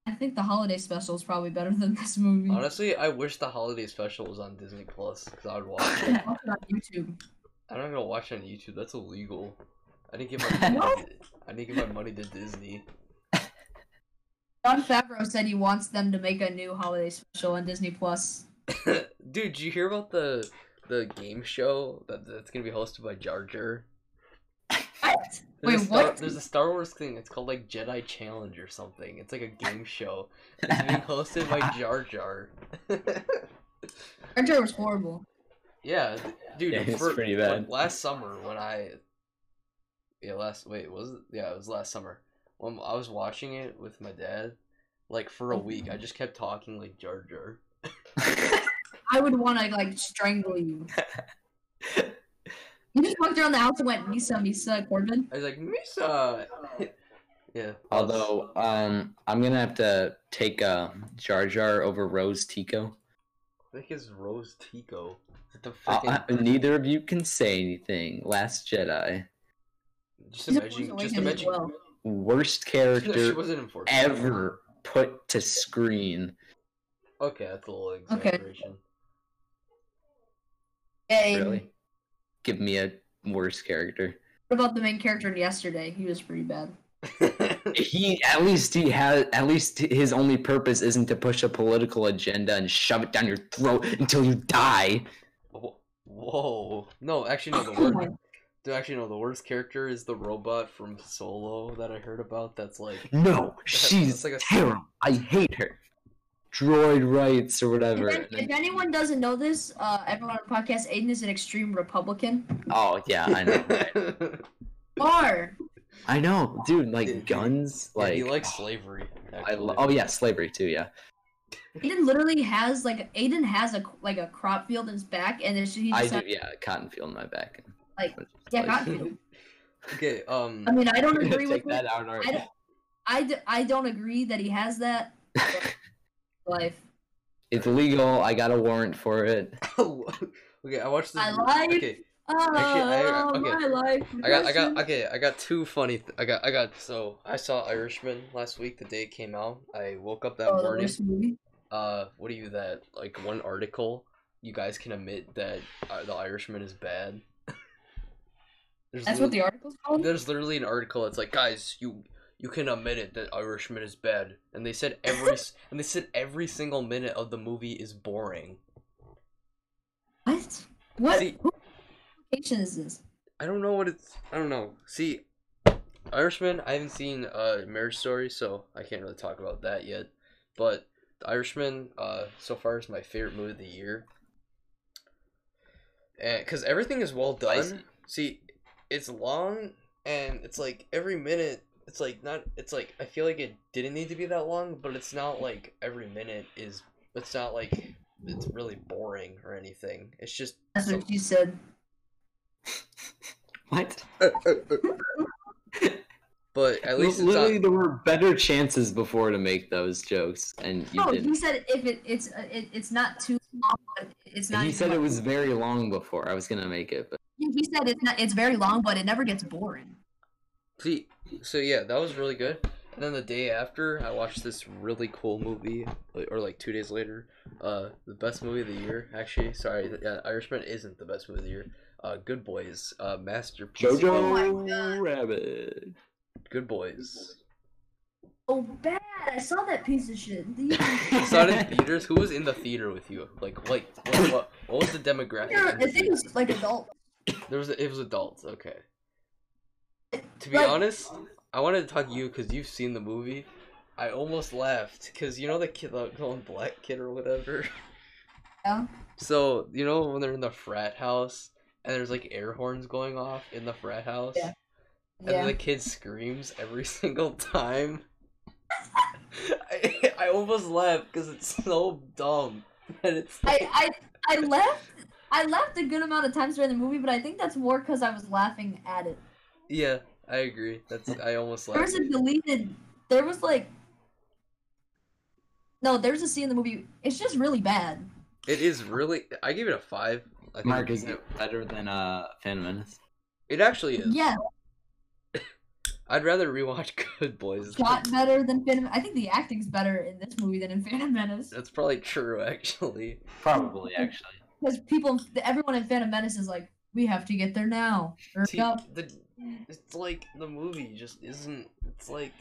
Speaker 2: I think the holiday special is probably better than this movie.
Speaker 3: Oh,
Speaker 1: Honestly, I wish the holiday special was on Disney Plus because I would watch it.
Speaker 2: Watch it on YouTube.
Speaker 1: I'm not gonna watch it on YouTube. That's illegal. I didn't give my money to, I didn't give my money to Disney.
Speaker 2: John Favreau said he wants them to make a new holiday special on Disney Plus.
Speaker 1: Dude, did you hear about the the game show that, that's gonna be hosted by Jar Jar?
Speaker 2: What?
Speaker 1: There's
Speaker 2: Wait,
Speaker 1: a Star,
Speaker 2: what?
Speaker 1: There's a Star Wars thing. It's called like Jedi Challenge or something. It's like a game show. It's being hosted by Jar Jar.
Speaker 2: Jar Jar was horrible.
Speaker 1: yeah, dude.
Speaker 3: Yeah, it's
Speaker 1: for-
Speaker 3: pretty bad.
Speaker 1: like, last summer when I, yeah, last wait was it? Yeah, it was last summer when I was watching it with my dad. Like for a week, I just kept talking like Jar Jar.
Speaker 2: I would want to like strangle you. you just walked around the house and went Misa Misa Corbin.
Speaker 1: I was like Misa. yeah.
Speaker 3: Although um, I'm gonna have to take uh, Jar Jar over Rose Tico.
Speaker 1: I think it's Rose Tico. Is it the freaking?
Speaker 3: Uh, uh, neither of you can say anything. Last Jedi,
Speaker 1: just
Speaker 2: She's a
Speaker 1: imagine.
Speaker 2: Force
Speaker 1: Just
Speaker 2: Awakens as
Speaker 1: imagine.
Speaker 2: well.
Speaker 3: worst
Speaker 1: No, she
Speaker 3: character
Speaker 1: wasn't in Force
Speaker 3: ever put to screen.
Speaker 1: Okay, that's a little
Speaker 2: Okay.
Speaker 1: exaggeration.
Speaker 2: Yay.
Speaker 3: Really, give me a worst character.
Speaker 2: What about the main character in yesterday? He was pretty bad.
Speaker 3: He at least he has at least his only purpose isn't to push a political agenda and shove it down your throat until you die.
Speaker 1: Wh- Whoa. No, actually, no. The
Speaker 2: Oh my-
Speaker 1: worst. Dude, actually, no. The worst character is the robot from Solo that I heard about. That's like.
Speaker 3: No, she's
Speaker 1: like a-
Speaker 3: terrible. I hate her. Droid rights or whatever.
Speaker 2: If, any- if anyone doesn't know this, uh, everyone on the podcast, Aiden is an extreme Republican.
Speaker 3: Oh yeah, I know.
Speaker 2: Or
Speaker 3: I know, dude.
Speaker 1: Yeah, he-
Speaker 3: Like guns,
Speaker 1: like
Speaker 3: like
Speaker 1: he likes slavery.
Speaker 3: I lo-
Speaker 1: actually.
Speaker 3: oh yeah, slavery too. Yeah,
Speaker 2: Aiden literally has like Aiden has a like a crop field in his back, and then he
Speaker 3: I
Speaker 2: just
Speaker 3: do.
Speaker 2: had-
Speaker 3: Yeah, cotton field in my back.
Speaker 2: Like,
Speaker 3: Just
Speaker 2: yeah,
Speaker 3: like-
Speaker 2: cotton field.
Speaker 1: Okay. Um.
Speaker 2: I mean, I don't
Speaker 3: We're gonna
Speaker 2: agree with
Speaker 3: Take that
Speaker 2: it.
Speaker 3: out.
Speaker 2: I don't- I, d- I don't agree that he has that
Speaker 3: alright.
Speaker 2: life.
Speaker 3: it's illegal. I got a warrant for it.
Speaker 1: okay, I watched this.
Speaker 2: I lied.
Speaker 1: Okay,
Speaker 2: Oh,
Speaker 1: I- okay.
Speaker 2: my life.
Speaker 1: I got, I got, okay, I got two funny. Th- I got, I got. So I saw Irishman last week. The day it came out, I woke up that
Speaker 2: Oh, the
Speaker 1: morning.
Speaker 2: worst movie.
Speaker 1: uh, what are you that like one article? You guys can admit that uh, the Irishman is bad. There's
Speaker 2: That's what
Speaker 1: lit-
Speaker 2: the article's called.
Speaker 1: There's literally an article that's like, guys, you you can admit it that Irishman is bad, and they said every s- and they said every single minute of the movie is boring.
Speaker 2: What? What
Speaker 1: See-
Speaker 2: who- location is this?
Speaker 1: I don't know what it's. I don't know. See, Irishman. I haven't seen uh Marriage Story, so I can't really talk about that yet. But The Irishman, uh, so far is my favorite movie of the year. And because everything is well done.
Speaker 3: Spicy.
Speaker 1: See, it's long and it's like every minute. It's like not. It's like I feel like it didn't need to be that long, but it's not like every minute is. It's not like it's really boring or anything. It's just
Speaker 2: That's what you said.
Speaker 3: What?
Speaker 1: But at least it's not-
Speaker 3: literally, there were better chances before to make those jokes, and you
Speaker 2: No, he
Speaker 3: didn't.
Speaker 2: said if it, it's uh, it, it's not too long, but it's not.
Speaker 3: He
Speaker 2: even
Speaker 3: said it
Speaker 2: like-
Speaker 3: was very long before I was gonna make it, but
Speaker 2: Yeah, He said it's not. It's very long, but it never gets boring.
Speaker 1: See, so yeah, that was really good. And then the day after, I watched this really cool movie, like- or like two days later, uh, the best movie of the year. Actually, sorry, yeah, Irishman isn't the best movie of the year. Uh, Good Boys, uh, masterpiece. of-
Speaker 2: Oh my
Speaker 3: Jojo
Speaker 2: God.
Speaker 3: Rabbit.
Speaker 1: Good Boys.
Speaker 2: Oh, bad! I saw that piece of shit.
Speaker 1: You saw it in theaters. Who was in the theater with you? Like, like, what, what, what was the demographic? in the
Speaker 2: I think
Speaker 1: theater?
Speaker 2: it's like adult.
Speaker 1: There was, it was adults. Okay. To be
Speaker 2: Like-
Speaker 1: honest, I wanted to talk to you because you've seen the movie. I almost laughed because you know the kid, the one black kid or whatever.
Speaker 2: Yeah.
Speaker 1: So you know when they're in the frat house and there's like air horns going off in the frat house,
Speaker 2: Yeah.
Speaker 1: and then
Speaker 2: Yeah.
Speaker 1: the kid screams every single time. I, I almost laughed because it's so dumb, and it's like,
Speaker 2: I, I I left. I left a good amount of times during the movie, but I think that's more because I was laughing at it.
Speaker 1: yeah, I agree. That's I almost
Speaker 2: There
Speaker 1: laughed.
Speaker 2: was a deleted. There was like. No, there's a scene in the movie. It's just really bad.
Speaker 1: It is really. I give it a five. I think
Speaker 3: Mark, is
Speaker 1: it's-
Speaker 3: it better than uh, Phantom Menace?
Speaker 1: It actually is.
Speaker 2: Yeah,
Speaker 1: I'd rather rewatch Good Boys.
Speaker 2: shot better than Phantom. I think the acting's better in this movie than in Phantom Menace
Speaker 1: That's probably true, actually.
Speaker 3: Probably, actually.
Speaker 2: because people, everyone in Phantom Menace is like, we have to get there now. Hurry
Speaker 1: See,
Speaker 2: up.
Speaker 1: the it's like the movie just isn't. It's like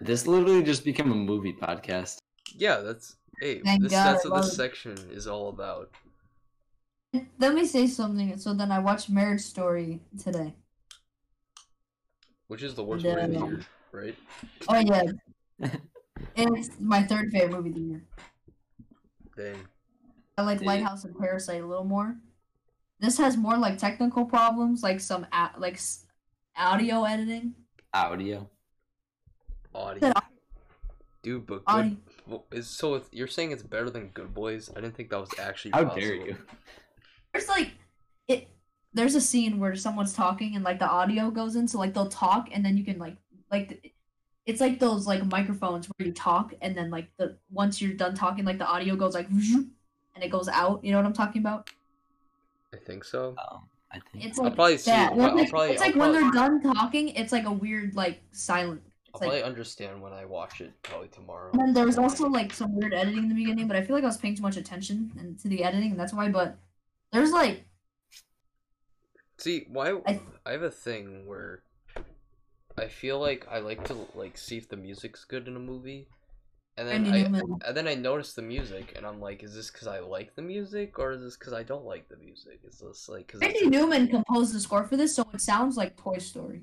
Speaker 3: This literally just became a movie podcast.
Speaker 1: yeah, that's hey,
Speaker 2: Thank
Speaker 1: this,
Speaker 2: God
Speaker 1: that's
Speaker 2: I
Speaker 1: what
Speaker 2: love
Speaker 1: this
Speaker 2: it.
Speaker 1: section is all about.
Speaker 2: Let me say something. So then I watched Marriage Story today.
Speaker 1: Which is the worst
Speaker 2: Yeah.
Speaker 1: movie of the year, right?
Speaker 2: Oh yeah, it's my third favorite movie of the year.
Speaker 1: Dang.
Speaker 2: I like
Speaker 3: Yeah.
Speaker 2: Lighthouse and Parasite a little more. This has more like technical problems, like some a- like s- audio editing.
Speaker 3: Audio.
Speaker 1: Audio. Dude, but good.
Speaker 2: Audio.
Speaker 1: well, Is, so it's, you're saying it's better than Good Boys? I didn't think that was actually.
Speaker 3: How
Speaker 1: possible.
Speaker 3: dare you?
Speaker 2: There's like it. There's a scene where someone's talking and like the audio goes in, so like they'll talk and then you can like like th- it's like those like microphones where you talk and then like the once you're done talking, like the audio goes like and it goes out. You know what I'm talking about?
Speaker 1: I think so.
Speaker 3: Um, I think
Speaker 2: It's
Speaker 1: I'll
Speaker 2: like
Speaker 1: probably see.
Speaker 2: that.
Speaker 1: I'll,
Speaker 2: Well, it's
Speaker 1: I'll
Speaker 2: like,
Speaker 1: probably.
Speaker 2: it's
Speaker 1: I'll
Speaker 2: like when
Speaker 1: probably,
Speaker 2: they're done talking, it's like a weird like silent.
Speaker 1: I'll
Speaker 2: It's like,
Speaker 1: probably understand when I watch it probably tomorrow.
Speaker 2: And then there was also like some weird editing in the beginning, but I feel like I was paying too much attention and to the editing, and that's why. But there's like
Speaker 1: See, why I,
Speaker 2: I-
Speaker 1: have a thing where I feel like I like to like see if the music's good in a movie, and then
Speaker 2: Randy
Speaker 1: Uh, I
Speaker 2: Newman.
Speaker 1: and then I notice the music, and I'm like, is this because I like the music or is this because I don't like the music? Is this like because
Speaker 2: Randy Newman composed the score for this, so it sounds like Toy Story.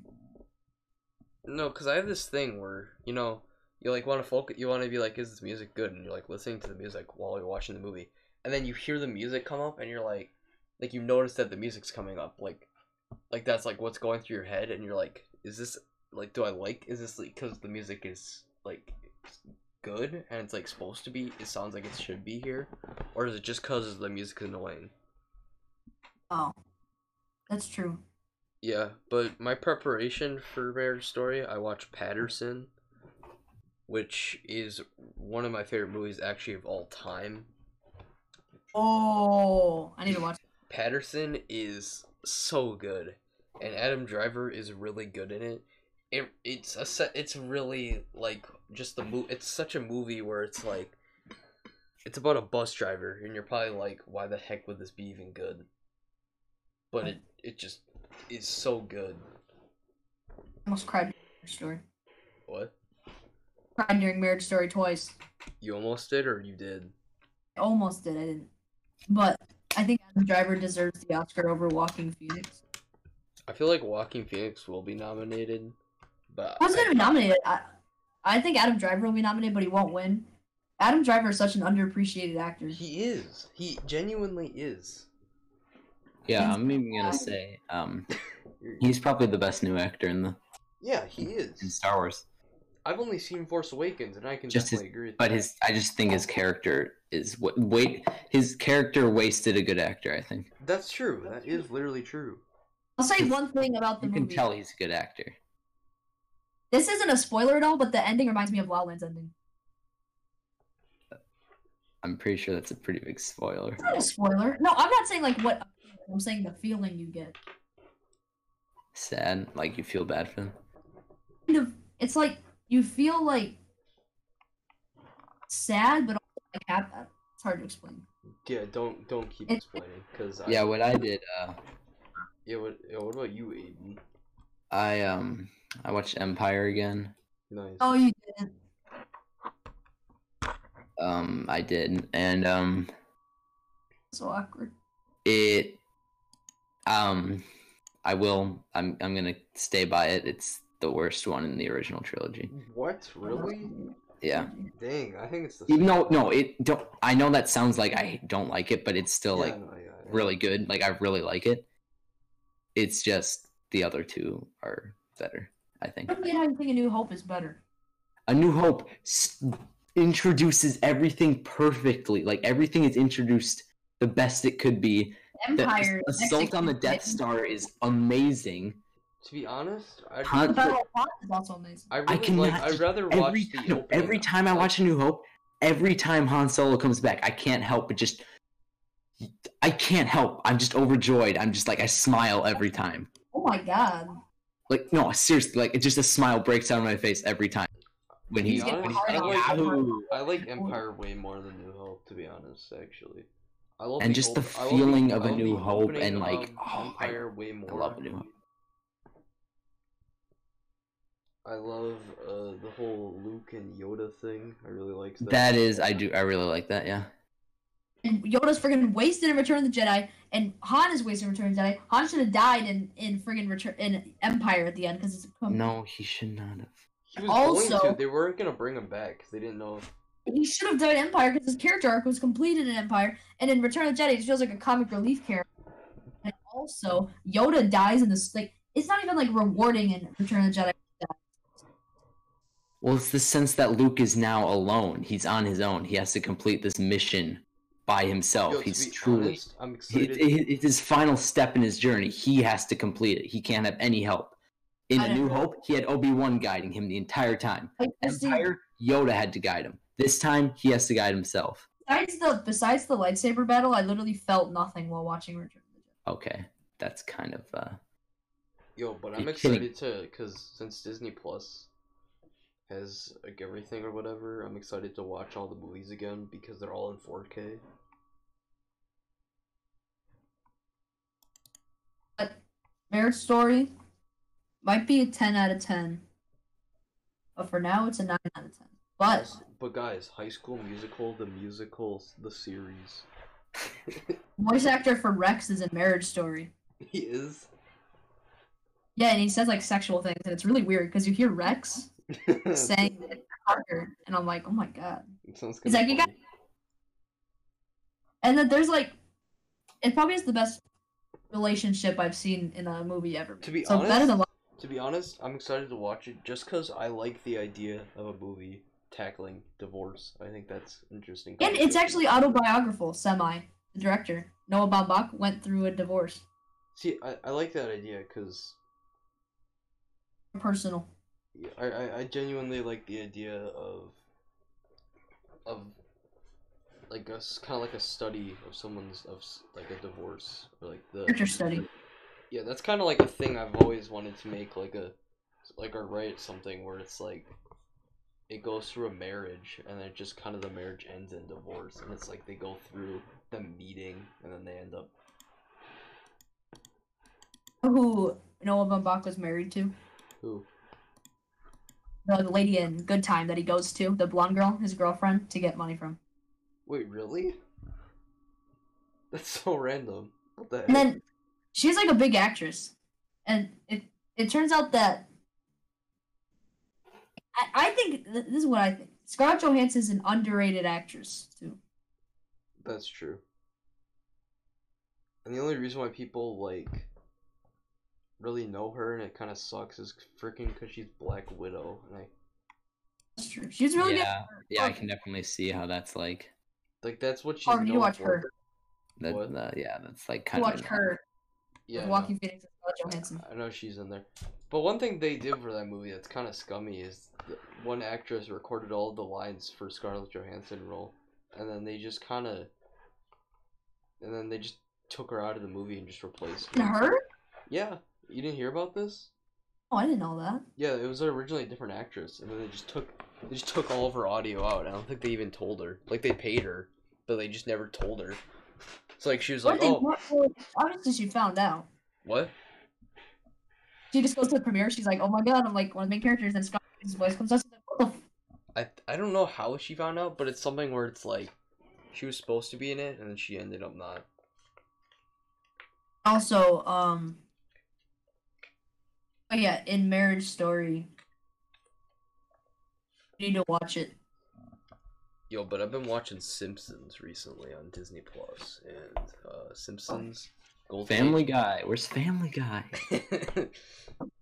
Speaker 1: no? Because I have this thing where you know you like want to focus, you want to be like, is this music good? And you're like listening to the music while you're watching the movie, and then you hear the music come up, and you're like, like you notice that the music's coming up, like, like that's like what's going through your head, and you're like, is this like do I like is this like because the music is like good and it's like supposed to be it sounds like it should be here or is it just because the music is annoying
Speaker 2: Oh, that's true.
Speaker 1: Yeah, but my preparation for Marriage Story, I watched Patterson, which is one of my favorite movies actually of all time.
Speaker 2: Oh, I need to watch.
Speaker 1: Patterson is so good, and Adam Driver is really good in it. It it's a se- it's really like just the movie. It's such a movie where it's like, it's about a bus driver, and you're probably like, why the heck would this be even good? But it it just is so good.
Speaker 2: I almost cried during Marriage Story.
Speaker 1: What?
Speaker 2: Cried during Marriage Story twice.
Speaker 1: You almost did, or you did?
Speaker 2: I almost did. I didn't, but I think Adam Driver deserves the Oscar over Walking Phoenix.
Speaker 1: I feel like Walking Phoenix will be nominated, but
Speaker 2: I was gonna be nominated. I, I think Adam Driver will be nominated, but he won't win. Adam Driver is such an underappreciated actor.
Speaker 1: he is. He genuinely is.
Speaker 3: yeah, I'm even gonna say um, he's probably the best new actor in the
Speaker 1: Yeah, he is.
Speaker 3: in Star Wars.
Speaker 1: I've only seen Force Awakens, and I can
Speaker 3: Just
Speaker 1: definitely agree. With
Speaker 3: But
Speaker 1: that.
Speaker 3: his, I just think his character is what wait his character wasted a good actor. I think
Speaker 1: that's true. That is literally true.
Speaker 2: I'll say one thing about the
Speaker 3: you can
Speaker 2: movie.
Speaker 3: tell he's a good actor.
Speaker 2: This isn't a spoiler at all, but the ending reminds me of La La Land's ending.
Speaker 3: I'm pretty sure that's a pretty big spoiler.
Speaker 2: It's not a spoiler. No, I'm not saying like what. I'm saying the feeling you get.
Speaker 3: Sad, like you feel bad for him.
Speaker 2: Kind of. It's like you feel like sad, but also like happy. It's hard to explain.
Speaker 1: Yeah, don't don't keep
Speaker 2: It-
Speaker 1: explaining, cause I,
Speaker 3: Yeah, what I did, uh,
Speaker 1: yeah. What, yeah, what about you, Aiden?
Speaker 3: I um, I watched Empire again.
Speaker 1: Nice.
Speaker 2: Oh, you didn't.
Speaker 3: Um, I did, and um,
Speaker 2: So awkward.
Speaker 3: it, um, I will. I'm I'm gonna stay by it. It's the worst one in the original trilogy.
Speaker 1: What really?
Speaker 3: Yeah.
Speaker 1: Dang, I think it's the.
Speaker 3: Even though no, it don't. I know that sounds like I don't like it, but it's still
Speaker 1: Yeah,
Speaker 3: like
Speaker 1: no, yeah, yeah.
Speaker 3: really good. Like I really like it. It's just the other two are better. I think.
Speaker 2: I don't get how you think A New Hope is better.
Speaker 3: A New Hope s- introduces everything perfectly. Like everything is introduced the best it could be. The
Speaker 2: Empire.
Speaker 3: assault on the Death
Speaker 2: executed-
Speaker 3: Star is amazing.
Speaker 1: To be honest, I
Speaker 3: Huh?
Speaker 2: Battle of Hoth is also amazing.
Speaker 1: I really
Speaker 3: cannot-
Speaker 1: like. I'd rather watch
Speaker 3: Every
Speaker 1: the
Speaker 3: no,
Speaker 1: opening.
Speaker 3: every time I watch A New Hope, every time Han Solo comes back, I can't help but just I can't help. I'm just overjoyed. I'm just like I smile every time.
Speaker 2: Oh my god.
Speaker 3: Like no, seriously, like it just a smile breaks out of my face every time when
Speaker 1: To be
Speaker 3: he's,
Speaker 2: getting
Speaker 3: when
Speaker 1: honest,
Speaker 3: he's
Speaker 1: I
Speaker 2: hard on
Speaker 1: like
Speaker 2: that one.
Speaker 3: Yahoo.
Speaker 1: I like Empire way more than New Hope, to be honest. Actually, I love
Speaker 3: And
Speaker 1: the
Speaker 3: just the
Speaker 1: op- I love
Speaker 3: feeling
Speaker 1: the-
Speaker 3: of
Speaker 1: I
Speaker 3: A
Speaker 1: love
Speaker 3: New
Speaker 1: the
Speaker 3: Hope
Speaker 1: opening
Speaker 3: and, like,
Speaker 1: of
Speaker 3: oh, I-
Speaker 1: Empire way more.
Speaker 3: love A New Hope.
Speaker 1: I love uh, the whole Luke and Yoda thing. I really like that.
Speaker 3: That is, I do, I really like that. Yeah.
Speaker 2: And Yoda's friggin' wasted in Return of the Jedi, and Han is wasted in Return of the Jedi. Han should have died in in friggin' Return in Empire at the end because it's a com-
Speaker 3: No, he should not have.
Speaker 1: He was
Speaker 2: Also-
Speaker 1: going to. They weren't gonna bring him back because they didn't know. If...
Speaker 2: He should have died in Empire because his character arc was completed in Empire, and in Return of the Jedi, he feels like a comic relief character. And also, Yoda dies in this like it's not even like rewarding in Return of the Jedi.
Speaker 3: Well, it's the sense that Luke is now alone. He's on his own. He has to complete this mission by himself.
Speaker 1: Yo, to
Speaker 3: Oh, He's
Speaker 1: be
Speaker 3: truly.
Speaker 1: honest, I'm
Speaker 3: he-
Speaker 1: excited.
Speaker 3: it- it- it's his final step in his journey. He has to complete it. He can't have any help. In
Speaker 2: I
Speaker 3: A
Speaker 2: don't
Speaker 3: New
Speaker 2: know.
Speaker 3: Hope, he had Obi Wan guiding him the entire time.
Speaker 2: Like, just the-
Speaker 3: Empire, Yoda had to guide him. This time, he has to guide himself.
Speaker 2: besides the besides the lightsaber battle, I literally felt nothing while watching Return of the Jedi.
Speaker 3: Okay, that's kind of. uh
Speaker 1: Yo, but I'm
Speaker 3: You're kidding.
Speaker 1: excited to because since Disney Plus has like everything or whatever, I'm excited to watch all the movies again because they're all in 4K.
Speaker 2: Marriage Story might be a 10 out of 10. But for now, it's a 9 out of 10. But
Speaker 1: Also- but guys, High School Musical, the musical, the series,
Speaker 2: voice actor for Rex is in Marriage Story.
Speaker 1: he is.
Speaker 2: Yeah, and he says like sexual things, and it's really weird because you hear Rex saying it to Parker, and I'm like, oh my god.
Speaker 1: It sounds
Speaker 2: He's
Speaker 1: kinda
Speaker 2: like, "You got-
Speaker 1: funny.
Speaker 2: And then there's like, it probably is the best relationship I've seen in a movie ever.
Speaker 1: To be
Speaker 2: so
Speaker 1: honest-
Speaker 2: better than Love-
Speaker 1: To be honest, I'm excited to watch it just because I like the idea of a movie tackling divorce. I think that's interesting.
Speaker 2: and it's
Speaker 1: conversation.
Speaker 2: actually autobiographical. Semi, the director Noah Baumbach went through a divorce,
Speaker 1: see, I, I like that idea because
Speaker 2: personal.
Speaker 1: I, I I genuinely like the idea of of like a kind of like a study of someone's of s- like a divorce or like the
Speaker 2: Character study.
Speaker 1: Yeah, that's kind of like a thing I've always wanted to make, like a, like or write something where it's like, it goes through a marriage, and then it just kind of the marriage ends in divorce, and it's like they go through the meeting, and then they end up.
Speaker 2: Who Noah Baumbach was married to?
Speaker 1: Who?
Speaker 2: the lady in Good Time that he goes to, the blonde girl, his girlfriend, to get money from.
Speaker 1: Wait, really? That's so random. What the heck?
Speaker 2: And then she's like a big actress, and it it turns out that I, I think th- this is what I think. Scarlett Johansson is an underrated actress too.
Speaker 1: That's true. And the only reason why people like really know her and it kind of sucks is freaking because she's Black Widow, and I
Speaker 2: That's true. She's really good.
Speaker 3: yeah, yeah, I can definitely see how that's like.
Speaker 1: like that's what she's.
Speaker 2: Harvey, you
Speaker 1: known
Speaker 2: watch
Speaker 1: for.
Speaker 2: her.
Speaker 3: That,
Speaker 1: What?
Speaker 3: uh, yeah, that's like
Speaker 2: You
Speaker 3: kind
Speaker 2: watch
Speaker 3: of.
Speaker 2: her,
Speaker 1: Yeah. I know.
Speaker 2: Walking Phoenix, and Scarlett Johansson.
Speaker 1: I know she's in there. But one thing they did for that movie that's kind of scummy is th- one actress recorded all the lines for Scarlett Johansson role, and then they just kind of, and then they just took her out of the movie and just replaced
Speaker 2: And her?
Speaker 1: Yeah, you didn't hear about this?
Speaker 2: Oh, I didn't know that.
Speaker 1: Yeah, it was originally a different actress, and then they just took they just took all of her audio out. I don't think they even told her. Like they paid her, but they just never told her. It's like she was
Speaker 2: What
Speaker 1: like,
Speaker 2: they,
Speaker 1: oh,
Speaker 2: what, well, obviously, she found out.
Speaker 1: what?
Speaker 2: She just goes to the premiere. She's like, "Oh my god!" I'm like one of the main characters, and Scarlett Johansson's voice comes out. She's like, "What the f-
Speaker 1: I I don't know how she found out, but it's something where it's like she was supposed to be in it and then she ended up not.
Speaker 2: also um oh yeah in marriage story you need to watch it
Speaker 1: Yo, but I've been watching Simpsons recently on Disney Plus and uh Simpsons Gold
Speaker 3: Family Guy. Where's Family Guy?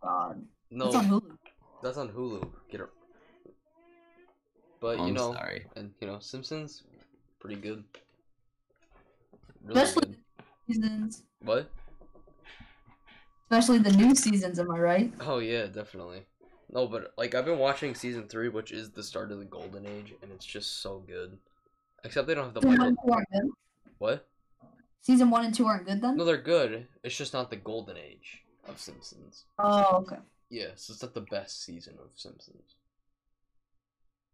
Speaker 2: god
Speaker 1: no,
Speaker 2: it's on hulu
Speaker 1: that's on Hulu. Get it. But you
Speaker 3: Oh, I'm
Speaker 1: know,
Speaker 3: sorry.
Speaker 1: and you know, Simpsons pretty good. Really
Speaker 2: especially
Speaker 1: good.
Speaker 2: the seasons
Speaker 1: What?
Speaker 2: especially the new seasons am i right
Speaker 1: Oh yeah, definitely. No, but like I've been watching season 3, which is the start of the golden age and it's just so good. Except they don't have the
Speaker 2: season one,
Speaker 1: budget.
Speaker 2: and two aren't good.
Speaker 1: What?
Speaker 2: season one and two aren't good then
Speaker 1: No, they're good. It's just not the golden age of Simpsons.
Speaker 2: oh okay
Speaker 1: Yeah, so it's not the best season of Simpsons.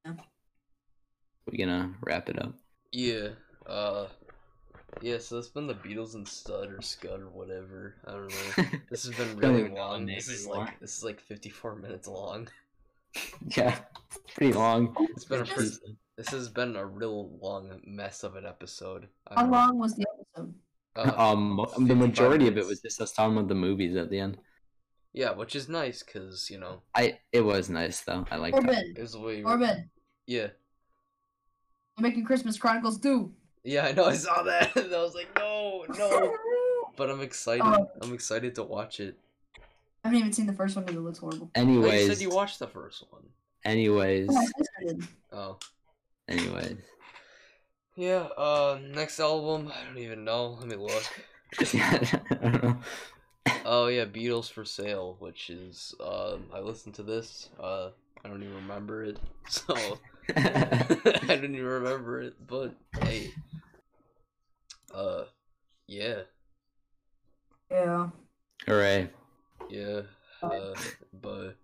Speaker 3: We're gonna wrap it up.
Speaker 1: Yeah. Uh. Yeah. So it's been the Beatles and Stud or Scud or whatever. I don't know. This has been
Speaker 3: Don't
Speaker 1: really
Speaker 3: even know the
Speaker 1: long.
Speaker 3: name
Speaker 1: This is
Speaker 3: anymore.
Speaker 1: like this is like 54 minutes long.
Speaker 3: Yeah, it's pretty long.
Speaker 1: It's been a
Speaker 2: It's
Speaker 1: pretty,
Speaker 2: just-
Speaker 1: this has been a real long mess of an episode.
Speaker 2: How
Speaker 1: I'm-
Speaker 2: long was the episode?
Speaker 1: uh,
Speaker 3: um, the
Speaker 1: 55
Speaker 3: majority of it
Speaker 1: minutes.
Speaker 3: was just us talking about the movies at the end.
Speaker 1: Yeah, which is nice because you know
Speaker 3: I it was nice though. I like that.
Speaker 2: Corbin,
Speaker 1: it was way.
Speaker 2: Corbin,
Speaker 1: Yeah,
Speaker 2: I'm making Christmas Chronicles do.
Speaker 1: yeah, I know. I saw that. and I was like, no, no. But I'm excited.
Speaker 2: Oh.
Speaker 1: I'm excited to watch it.
Speaker 2: I haven't even seen the first one and it looks horrible.
Speaker 1: No, you said
Speaker 3: Anyways,
Speaker 1: you watched the first one.
Speaker 3: anyways,
Speaker 2: Oh, my sister did.
Speaker 1: Oh,
Speaker 3: anyways.
Speaker 1: yeah. Uh, next album. I don't even know. Let me look.
Speaker 3: Yeah, I don't know.
Speaker 1: Oh yeah, Beatles for Sale, which is um, I listened to this. Uh, I don't even remember it. So. I didn't even remember it, but hey. Uh yeah,
Speaker 2: Yeah.
Speaker 3: All right.
Speaker 1: yeah. Uh but